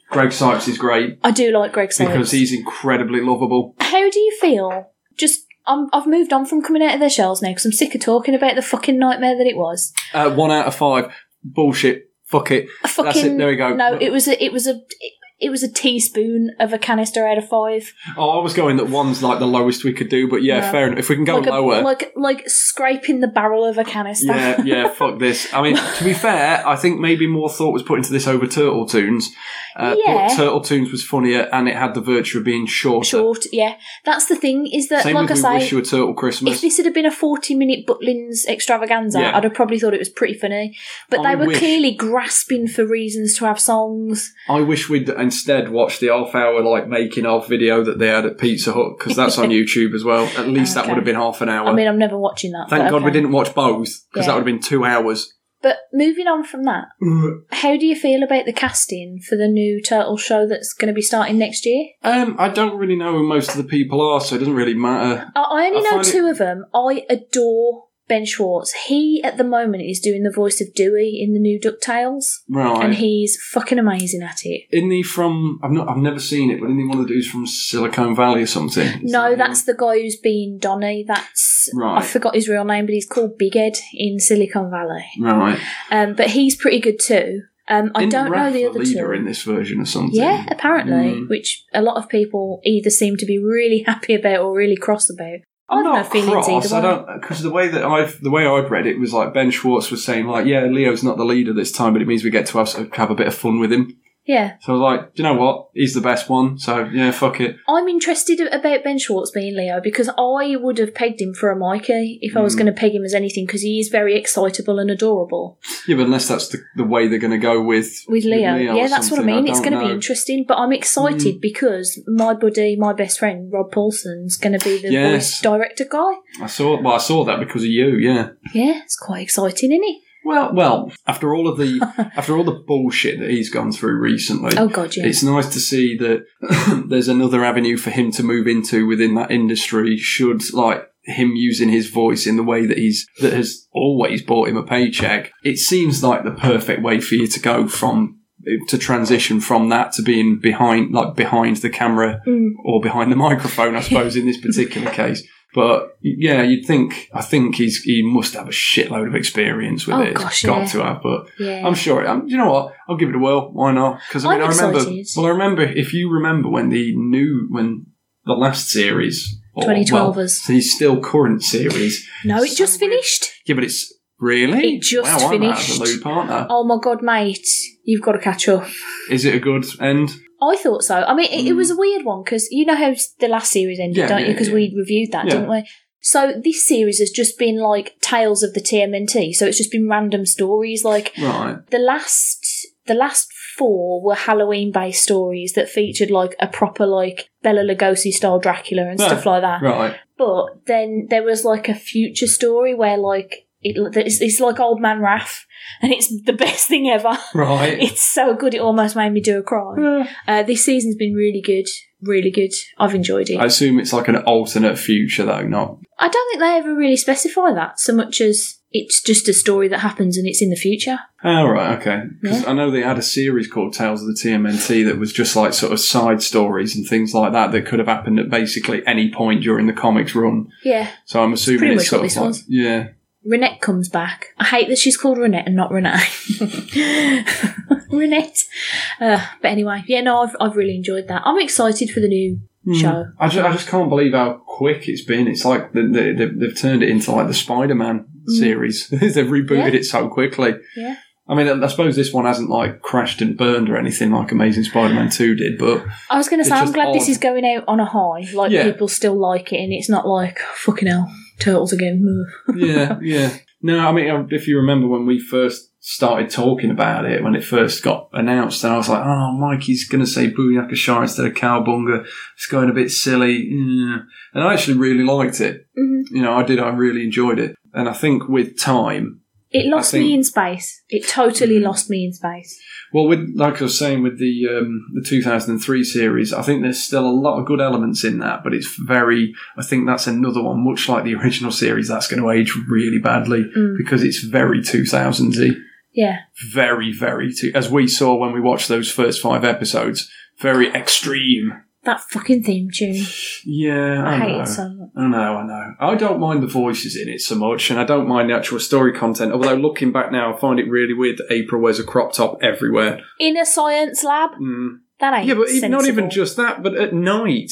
[SPEAKER 3] Greg Sipes is great
[SPEAKER 4] I do like Greg Sykes.
[SPEAKER 3] because he's incredibly lovable.
[SPEAKER 4] How do you feel? Just I'm, I've moved on from coming out of their shells now because I'm sick of talking about the fucking nightmare that it was.
[SPEAKER 3] Uh, one out of five. Bullshit. Fuck it.
[SPEAKER 4] A fucking,
[SPEAKER 3] That's it. There we go.
[SPEAKER 4] No, it was a, it was a, it, it was a teaspoon of a canister out of five.
[SPEAKER 3] Oh, I was going that one's like the lowest we could do, but yeah,
[SPEAKER 4] Yeah.
[SPEAKER 3] fair enough. If we can go
[SPEAKER 4] like a-
[SPEAKER 3] lower.
[SPEAKER 4] like like scraping the barrel of a canister.
[SPEAKER 3] yeah, yeah, fuck this. I mean, to be fair, I think maybe more thought was put into this over Turtle Tunes. Uh,
[SPEAKER 4] Yeah.
[SPEAKER 3] But Turtle Tunes was funnier and it had the virtue of being shorter.
[SPEAKER 4] Short, yeah. That's the thing is that,
[SPEAKER 3] Same
[SPEAKER 4] like I
[SPEAKER 3] with We
[SPEAKER 4] say,
[SPEAKER 3] Wish You a Turtle Christmas.
[SPEAKER 4] If this had been a 40 minute Butlins extravaganza,
[SPEAKER 3] Yeah.
[SPEAKER 4] I'd have probably thought it was pretty funny. But they
[SPEAKER 3] I
[SPEAKER 4] were
[SPEAKER 3] wish-
[SPEAKER 4] clearly grasping for reasons to have songs.
[SPEAKER 3] I wish we'd instead watched the half hour like making of video that they had at Pizza Hut because that's on YouTube as well. At least that
[SPEAKER 4] Okay.
[SPEAKER 3] would have been half an hour.
[SPEAKER 4] I mean, I'm never watching that.
[SPEAKER 3] Thank
[SPEAKER 4] but
[SPEAKER 3] God we
[SPEAKER 4] okay.
[SPEAKER 3] didn't watch both because that
[SPEAKER 4] Yeah.
[SPEAKER 3] would have been two hours.
[SPEAKER 4] But moving on from that,
[SPEAKER 3] Mm.
[SPEAKER 4] how do you feel about the casting for the new Turtle show that's going to be starting next year?
[SPEAKER 3] Um, I don't really know who most of the people are, so it doesn't really matter.
[SPEAKER 4] I, I only
[SPEAKER 3] I
[SPEAKER 4] know
[SPEAKER 3] find it-
[SPEAKER 4] two of them. I adore Ben Schwartz. He, at the moment, is doing the voice of Dewey in the new DuckTales,
[SPEAKER 3] Right.
[SPEAKER 4] and he's fucking amazing at it.
[SPEAKER 3] in the from I've not I've never seen it, but in the one of the dudes from Silicon Valley or something. Is
[SPEAKER 4] No,
[SPEAKER 3] that
[SPEAKER 4] that's the guy who's been Donny. That's
[SPEAKER 3] Right.
[SPEAKER 4] I forgot his real name, but he's called Big Ed in Silicon Valley.
[SPEAKER 3] him? right.
[SPEAKER 4] Um, but he's pretty good too. Um, I
[SPEAKER 3] Isn't
[SPEAKER 4] don't know
[SPEAKER 3] Raph
[SPEAKER 4] the other
[SPEAKER 3] leader
[SPEAKER 4] two.
[SPEAKER 3] in this version or something.
[SPEAKER 4] yeah, apparently,
[SPEAKER 3] Mm.
[SPEAKER 4] which a lot of people either seem to be really happy about or really cross about.
[SPEAKER 3] I'm
[SPEAKER 4] I've no
[SPEAKER 3] not
[SPEAKER 4] feelings
[SPEAKER 3] cross.
[SPEAKER 4] either
[SPEAKER 3] I
[SPEAKER 4] way.
[SPEAKER 3] don't because the way that I've the way I'd read it was like Ben Schwartz was saying like, yeah, Leo's not the leader this time, but it means we get to have have a bit of fun with him.
[SPEAKER 4] Yeah,
[SPEAKER 3] So I was like, "Do you know what? He's the best one. So yeah, fuck it.
[SPEAKER 4] I'm interested about Ben Schwartz being Leo because I would have pegged him for a Mikey if I
[SPEAKER 3] Mm.
[SPEAKER 4] was going to peg him as anything because he is very excitable and adorable.
[SPEAKER 3] Yeah, but unless that's the, the way they're going to go with
[SPEAKER 4] with Leo.
[SPEAKER 3] or
[SPEAKER 4] yeah, that's what I
[SPEAKER 3] something,
[SPEAKER 4] mean. it's
[SPEAKER 3] don't
[SPEAKER 4] going to be
[SPEAKER 3] know. Mm.
[SPEAKER 4] interesting, but I'm excited because my buddy, my best friend, Rob Paulson's going to be the
[SPEAKER 3] Yes.
[SPEAKER 4] voice director guy.
[SPEAKER 3] I saw well, I saw that because of you. Yeah.
[SPEAKER 4] Yeah, it's quite exciting, isn't it?
[SPEAKER 3] Well, well, after all of the after all the bullshit that he's gone through recently,
[SPEAKER 4] Oh, God, yeah.
[SPEAKER 3] it's nice to see that there's another avenue for him to move into within that industry. Should like him using his voice in the way that he's that has always bought him a paycheck, it seems like the perfect way for you to go from to transition from that to being behind like behind the camera
[SPEAKER 4] Mm.
[SPEAKER 3] or behind the microphone, I suppose, in this particular case. But yeah, you'd think I think he's he must have a shitload of experience with
[SPEAKER 4] Oh,
[SPEAKER 3] it. It's
[SPEAKER 4] gosh,
[SPEAKER 3] got
[SPEAKER 4] yeah.
[SPEAKER 3] to have, but
[SPEAKER 4] Yeah.
[SPEAKER 3] I'm sure. I'm, you know what? I'll give it a whirl. Why not? Because I mean, i
[SPEAKER 4] I'm
[SPEAKER 3] remember.
[SPEAKER 4] excited.
[SPEAKER 3] Well, I remember if you remember when the new when the last series, or,
[SPEAKER 4] 2012ers.
[SPEAKER 3] well, the still current series.
[SPEAKER 4] No, it
[SPEAKER 3] so
[SPEAKER 4] just
[SPEAKER 3] weird.
[SPEAKER 4] finished.
[SPEAKER 3] Yeah, but it's really
[SPEAKER 4] It just
[SPEAKER 3] wow, I'm out of the
[SPEAKER 4] finished.
[SPEAKER 3] loop, aren't I?
[SPEAKER 4] Oh, my God, mate. You've got to catch up.
[SPEAKER 3] Is it a good end?
[SPEAKER 4] I thought so. I mean, it, it was a weird one because you know how the last series ended,
[SPEAKER 3] Mm. Yeah,
[SPEAKER 4] don't
[SPEAKER 3] yeah,
[SPEAKER 4] you? Because
[SPEAKER 3] yeah.
[SPEAKER 4] we reviewed that,
[SPEAKER 3] Yeah.
[SPEAKER 4] didn't we? So this series has just been like tales of the TMNT. So it's just been random stories, like
[SPEAKER 3] Right.
[SPEAKER 4] the last the last four were Halloween based stories that featured like a proper like Bella Lugosi style Dracula and
[SPEAKER 3] Yeah.
[SPEAKER 4] stuff like that.
[SPEAKER 3] Right.
[SPEAKER 4] But then there was like a future story where like it, it's, it's like Old Man Raff, and it's the best thing ever.
[SPEAKER 3] Right.
[SPEAKER 4] It's so good; it almost made me do a cry. Uh, this season's been really good, really good. I've enjoyed it.
[SPEAKER 3] I
[SPEAKER 4] I,
[SPEAKER 3] assume it's like an alternate future, though. Not
[SPEAKER 4] don't think they ever really specify that so much as it's just a story that happens and it's in the future.
[SPEAKER 3] Oh, right, okay. Because I know they had a series called Tales of the TMNT that was just like sort of side stories and things like that that could have happened at basically any point during the comics run.
[SPEAKER 4] Yeah,
[SPEAKER 3] So I'm assuming
[SPEAKER 4] pretty
[SPEAKER 3] it's,
[SPEAKER 4] much
[SPEAKER 3] sort
[SPEAKER 4] what
[SPEAKER 3] of
[SPEAKER 4] this
[SPEAKER 3] like,
[SPEAKER 4] was.
[SPEAKER 3] yeah.
[SPEAKER 4] Renette comes back. I hate that she's called Renette and not Renee. Renette. Uh, but anyway, yeah, no, I've, I've really enjoyed that. I'm excited for the new show.
[SPEAKER 3] Hmm. I just, I just can't believe how quick it's been. It's like the, the, they've- they've turned it into like the Spider-Man series. they've rebooted
[SPEAKER 4] Mm. Yeah.
[SPEAKER 3] it so quickly.
[SPEAKER 4] Yeah.
[SPEAKER 3] I mean, I I suppose this one hasn't like crashed and burned or anything like Amazing Spider-Man 2 did, but
[SPEAKER 4] I was going to
[SPEAKER 3] It's
[SPEAKER 4] say, I'm
[SPEAKER 3] just
[SPEAKER 4] glad
[SPEAKER 3] odd.
[SPEAKER 4] this is going out on a high. Like,
[SPEAKER 3] Yeah.
[SPEAKER 4] people still like it, and it's not like, fucking hell, turtles again. Ugh.
[SPEAKER 3] yeah, yeah. No, I mean, um, if you remember when we first started talking about it, when it first got announced, and I was like, oh, Mikey's going to say Booyaka Shire instead of Cowbunga. It's going a bit silly. Yeah. And I actually really liked it.
[SPEAKER 4] Mhm.
[SPEAKER 3] You know, I did. I really enjoyed it. And I think with time,
[SPEAKER 4] It lost
[SPEAKER 3] think- Mm.
[SPEAKER 4] me in space. It totally lost me in space.
[SPEAKER 3] Well, with like I was saying with the um, the 2003 series, I think there's still a lot of good elements in that, but it's very. I think that's another one, much like the original series, that's going to age really badly because it's very 2000s.
[SPEAKER 4] Yeah.
[SPEAKER 3] Very, very, two, as we saw when we watched those first five episodes, very extreme.
[SPEAKER 4] That fucking theme tune.
[SPEAKER 3] Yeah, I,
[SPEAKER 4] I hate
[SPEAKER 3] know.
[SPEAKER 4] it so much.
[SPEAKER 3] I know, I know. I don't mind the voices in it so much, and I don't mind the actual story content. Although looking back now, I find it really weird that April wears a crop top everywhere.
[SPEAKER 4] In a science lab? That ain't
[SPEAKER 3] Mm. Yeah, but even- not even
[SPEAKER 4] sensible.
[SPEAKER 3] just that, but at night.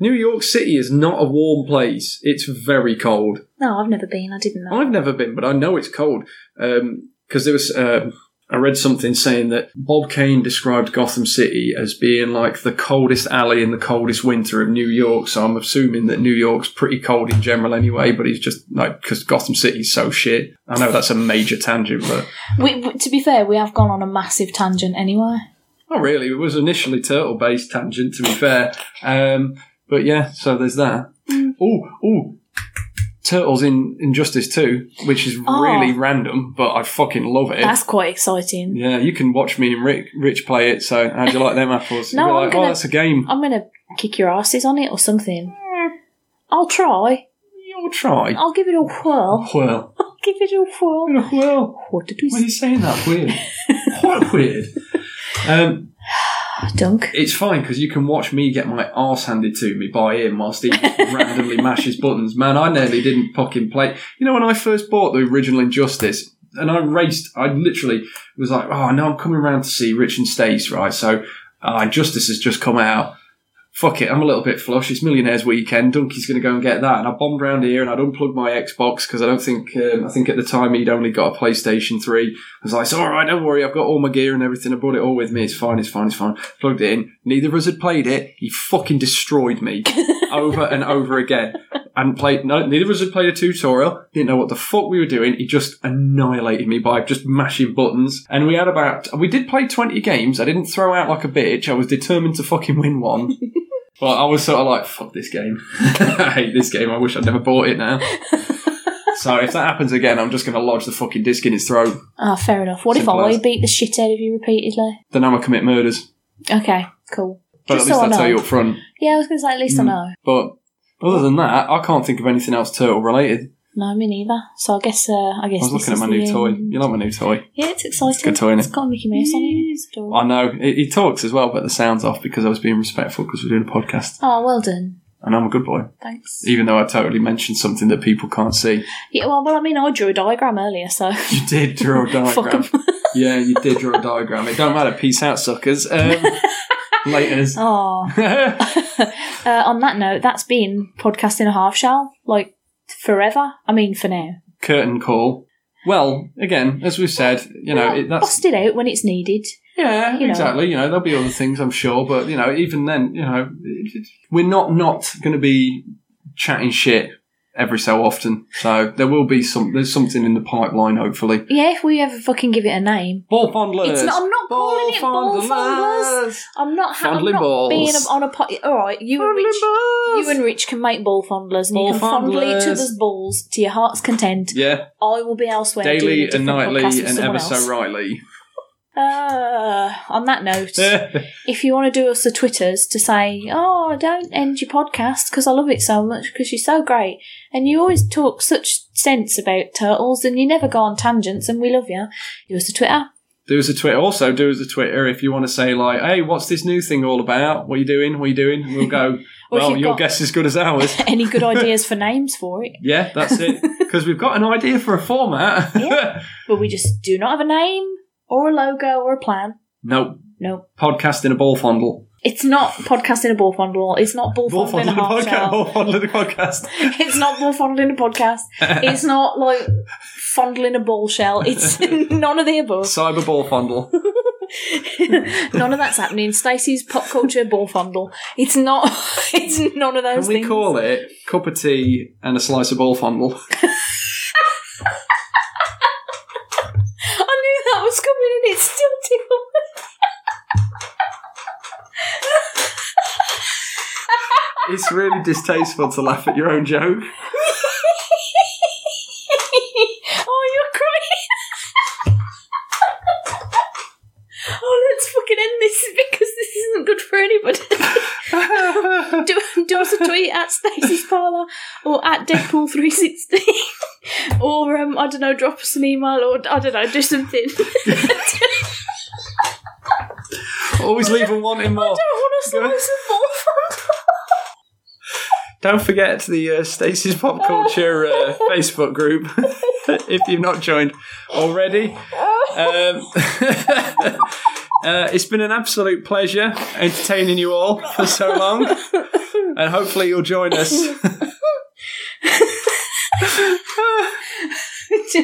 [SPEAKER 3] New York City is not a warm place. It's very cold.
[SPEAKER 4] No, I've never been. I didn't know.
[SPEAKER 3] I've never been, but I know it's cold. Because there was, um I read something saying that Bob Kane described Gotham City as being like the coldest alley in the coldest winter of New York. So I'm assuming that New York's pretty cold in general anyway, but he's just like, because Gotham City's so shit. I know that's a major tangent, but
[SPEAKER 4] We, we- to be fair, we have gone on a massive tangent anyway.
[SPEAKER 3] not really. It was initially turtle based tangent, to be fair. Um, but yeah, so there's that.
[SPEAKER 4] Mm.
[SPEAKER 3] Oh, oh. Turtles in Injustice 2, which is
[SPEAKER 4] Oh.
[SPEAKER 3] really random, but I fucking love it.
[SPEAKER 4] That's quite exciting.
[SPEAKER 3] Yeah, you can watch me and Rick, Rich play it. So how do you like them apples?
[SPEAKER 4] No,
[SPEAKER 3] You'll be
[SPEAKER 4] I'm
[SPEAKER 3] like,
[SPEAKER 4] gonna-
[SPEAKER 3] oh, that's a game.
[SPEAKER 4] I'm going to kick your asses on it or something. I'll try.
[SPEAKER 3] You'll try.
[SPEAKER 4] I'll give it a whirl.
[SPEAKER 3] Well,
[SPEAKER 4] I'll give it a whirl.
[SPEAKER 3] well,
[SPEAKER 4] What did we
[SPEAKER 3] why are
[SPEAKER 4] say,
[SPEAKER 3] you saying that weird? Quite weird. Um,
[SPEAKER 4] Dunk?
[SPEAKER 3] it's fine because you can watch me get my arse handed to me by him whilst he randomly mashes buttons. Man, I nearly didn't fucking play. You know, when I first bought the original Injustice and I raced, I literally was like, oh, no, I'm coming round to see Rich and Stace, right? So uh, Injustice has just come out. fuck it, I'm a little bit flush. It's Millionaires Weekend. Donkey's going to go and get that. And I bombed round here and I'd unplug my Xbox because I don't think, um, I think at the time he'd only got a PlayStation 3. I was like, "It's all right, don't worry. I've got all my gear and everything. I brought it all with me. It's fine, it's fine, it's fine. Plugged it in. Neither of us had played it. He fucking destroyed me over and over again. I hadn't played, no, neither of us had played a tutorial. Didn't know what the fuck we were doing. He just annihilated me by just mashing buttons. And we had about, we did play 20 games. I didn't throw out like a bitch. I was determined to fucking win one. Well, I was sort of like, fuck this game. I hate this game. I wish I'd never bought it now. so if that happens again, I'm just going to lodge the fucking disc in its throat.
[SPEAKER 4] Ah, fair enough. What
[SPEAKER 3] Simple
[SPEAKER 4] if I
[SPEAKER 3] as-
[SPEAKER 4] beat the shit out of you repeatedly?
[SPEAKER 3] Then I'm going to commit murders.
[SPEAKER 4] Okay, cool.
[SPEAKER 3] But at least
[SPEAKER 4] Just so I
[SPEAKER 3] I'll tell
[SPEAKER 4] know.
[SPEAKER 3] you up front.
[SPEAKER 4] Yeah, I was going to say, at
[SPEAKER 3] Mm.
[SPEAKER 4] least I know.
[SPEAKER 3] But other than that, I can't think of anything else turtle related.
[SPEAKER 4] No, me neither. So I guess, uh, I
[SPEAKER 3] I
[SPEAKER 4] guess.
[SPEAKER 3] was
[SPEAKER 4] this
[SPEAKER 3] looking at
[SPEAKER 4] is
[SPEAKER 3] my
[SPEAKER 4] the
[SPEAKER 3] new toy.
[SPEAKER 4] end.
[SPEAKER 3] You like my new toy?
[SPEAKER 4] Yeah, it's exciting. It's,
[SPEAKER 3] good toy, innit?
[SPEAKER 4] it's got a Mickey Mouse on it. It's adorable.
[SPEAKER 3] I know. He he talks as well, but the sound's off because I was being respectful because we're doing a podcast.
[SPEAKER 4] Oh, well done.
[SPEAKER 3] And I'm a good boy.
[SPEAKER 4] Thanks.
[SPEAKER 3] Even though I totally mentioned something that people can't see.
[SPEAKER 4] Yeah, well, well, I mean, I drew a diagram earlier, so
[SPEAKER 3] You did draw a
[SPEAKER 4] Fuck
[SPEAKER 3] diagram.
[SPEAKER 4] 'em.
[SPEAKER 3] yeah, you did draw a diagram. It don't matter. Peace out, suckers. Um, laters.
[SPEAKER 4] Oh. uh, on that note, that's been podcasting a half shell, like forever. I mean, for now.
[SPEAKER 3] Curtain call. Well, again, as we've said, you know,
[SPEAKER 4] Well,
[SPEAKER 3] it, that's
[SPEAKER 4] bust it out when it's needed.
[SPEAKER 3] yeah,
[SPEAKER 4] you know.
[SPEAKER 3] exactly. You know, there'll be other things, I'm sure, but you know, even then, you know, it, it- we're not not going to be chatting shit every so often. So there will be some. There's something in the pipeline, hopefully.
[SPEAKER 4] Yeah, if we ever fucking give it a name.
[SPEAKER 3] Ball fondlers.
[SPEAKER 4] It's not- I'm not calling it ball fondlers. I'm not. Ha- I'm
[SPEAKER 3] Fondling
[SPEAKER 4] not
[SPEAKER 3] balls.
[SPEAKER 4] being on a pot. All right, you and Rich. You and Rich can make ball fondlers, and
[SPEAKER 3] Ball
[SPEAKER 4] you can fondle each
[SPEAKER 3] fondlers.
[SPEAKER 4] other's balls to your heart's content.
[SPEAKER 3] Yeah,
[SPEAKER 4] I will be elsewhere. doing a
[SPEAKER 3] daily and
[SPEAKER 4] different
[SPEAKER 3] nightly
[SPEAKER 4] podcast with
[SPEAKER 3] and
[SPEAKER 4] someone
[SPEAKER 3] ever
[SPEAKER 4] else.
[SPEAKER 3] so rightly.
[SPEAKER 4] Uh, on that note, if you want to do us the Twitters to say, oh, don't end your podcast because I love it so much because you're so great and you always talk such sense about turtles and you never go on tangents and we love you, do us a Twitter.
[SPEAKER 3] do us a Twitter. Also, do us a Twitter if you want to say like, "Hey, what's this new thing all about? What are you doing? What are you doing?" And we'll go.
[SPEAKER 4] Or if
[SPEAKER 3] well,
[SPEAKER 4] you've
[SPEAKER 3] your
[SPEAKER 4] got-
[SPEAKER 3] guess is good as ours.
[SPEAKER 4] Any good ideas for names for it?
[SPEAKER 3] yeah, that's it. Because we've got an idea for a format.
[SPEAKER 4] Yeah. But we just do not have a name or a logo or a plan.
[SPEAKER 3] no,
[SPEAKER 4] No.
[SPEAKER 3] podcast in a ball fondle.
[SPEAKER 4] It's not podcasting a ball fondle. It's not ball
[SPEAKER 3] Ball
[SPEAKER 4] fondling a
[SPEAKER 3] fondle the
[SPEAKER 4] half
[SPEAKER 3] podcast.
[SPEAKER 4] shell.
[SPEAKER 3] Ball fondle the podcast.
[SPEAKER 4] It's not ball fondling a podcast. It's not like fondling a ball shell. It's none of the above.
[SPEAKER 3] Cyber ball fondle.
[SPEAKER 4] none of that's happening. Stacey's pop culture ball fondle. It's not. It's none of those
[SPEAKER 3] Can we
[SPEAKER 4] things.
[SPEAKER 3] call it cup of tea and a slice of ball fondle?
[SPEAKER 4] I knew that was coming, and it still tickled. me.
[SPEAKER 3] It's really distasteful to laugh at your own joke.
[SPEAKER 4] oh, you're crying. oh, let's fucking end this because this isn't good for anybody. do, do us a tweet at Stacey's Parlour or at Deadpool360 or, um, I don't know, drop us an email or, I don't know, do something.
[SPEAKER 3] Always leaving wanting more.
[SPEAKER 4] want to slice a bullfrog.
[SPEAKER 3] Don't forget the uh, Stacey's Pop Culture uh, Facebook group if you've not joined already. Um, uh, it's been an absolute pleasure entertaining you all for so long, and hopefully you'll join us.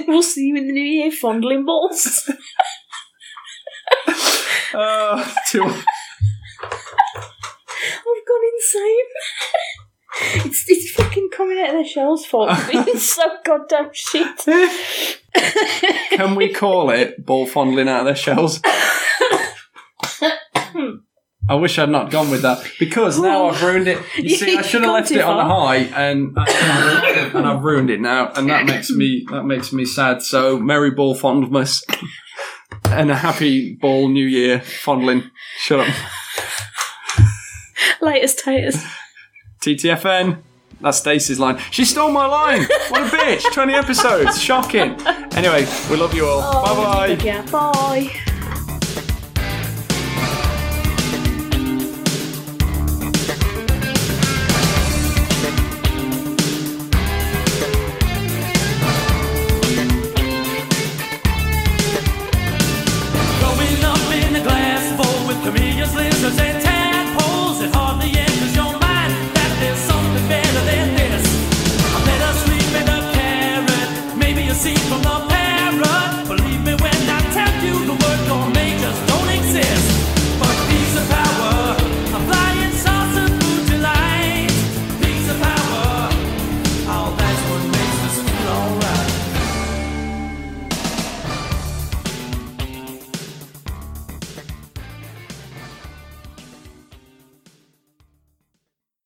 [SPEAKER 4] we'll see you in the new year, fondling balls.
[SPEAKER 3] Oh, to-
[SPEAKER 4] I've gone insane. It's, it's fucking coming out of their shells for being so goddamn shit.
[SPEAKER 3] can we call it ball fondling out of their shells? I wish I'd not gone with that because now I've ruined it. You see, I should have
[SPEAKER 4] Gone
[SPEAKER 3] left
[SPEAKER 4] too
[SPEAKER 3] it on a
[SPEAKER 4] far.
[SPEAKER 3] high, and and I've ruined it now, and that makes me that makes me sad. So, merry ball fondlmas, and a happy ball New Year fondling. Shut up,
[SPEAKER 4] Latest taters.
[SPEAKER 3] TTFN. That's Stacey's line. She stole my line. What
[SPEAKER 4] Oh,
[SPEAKER 3] a bitch! Twenty episodes, shocking. Anyway, we love you all. bye bye.
[SPEAKER 4] Yeah, bye.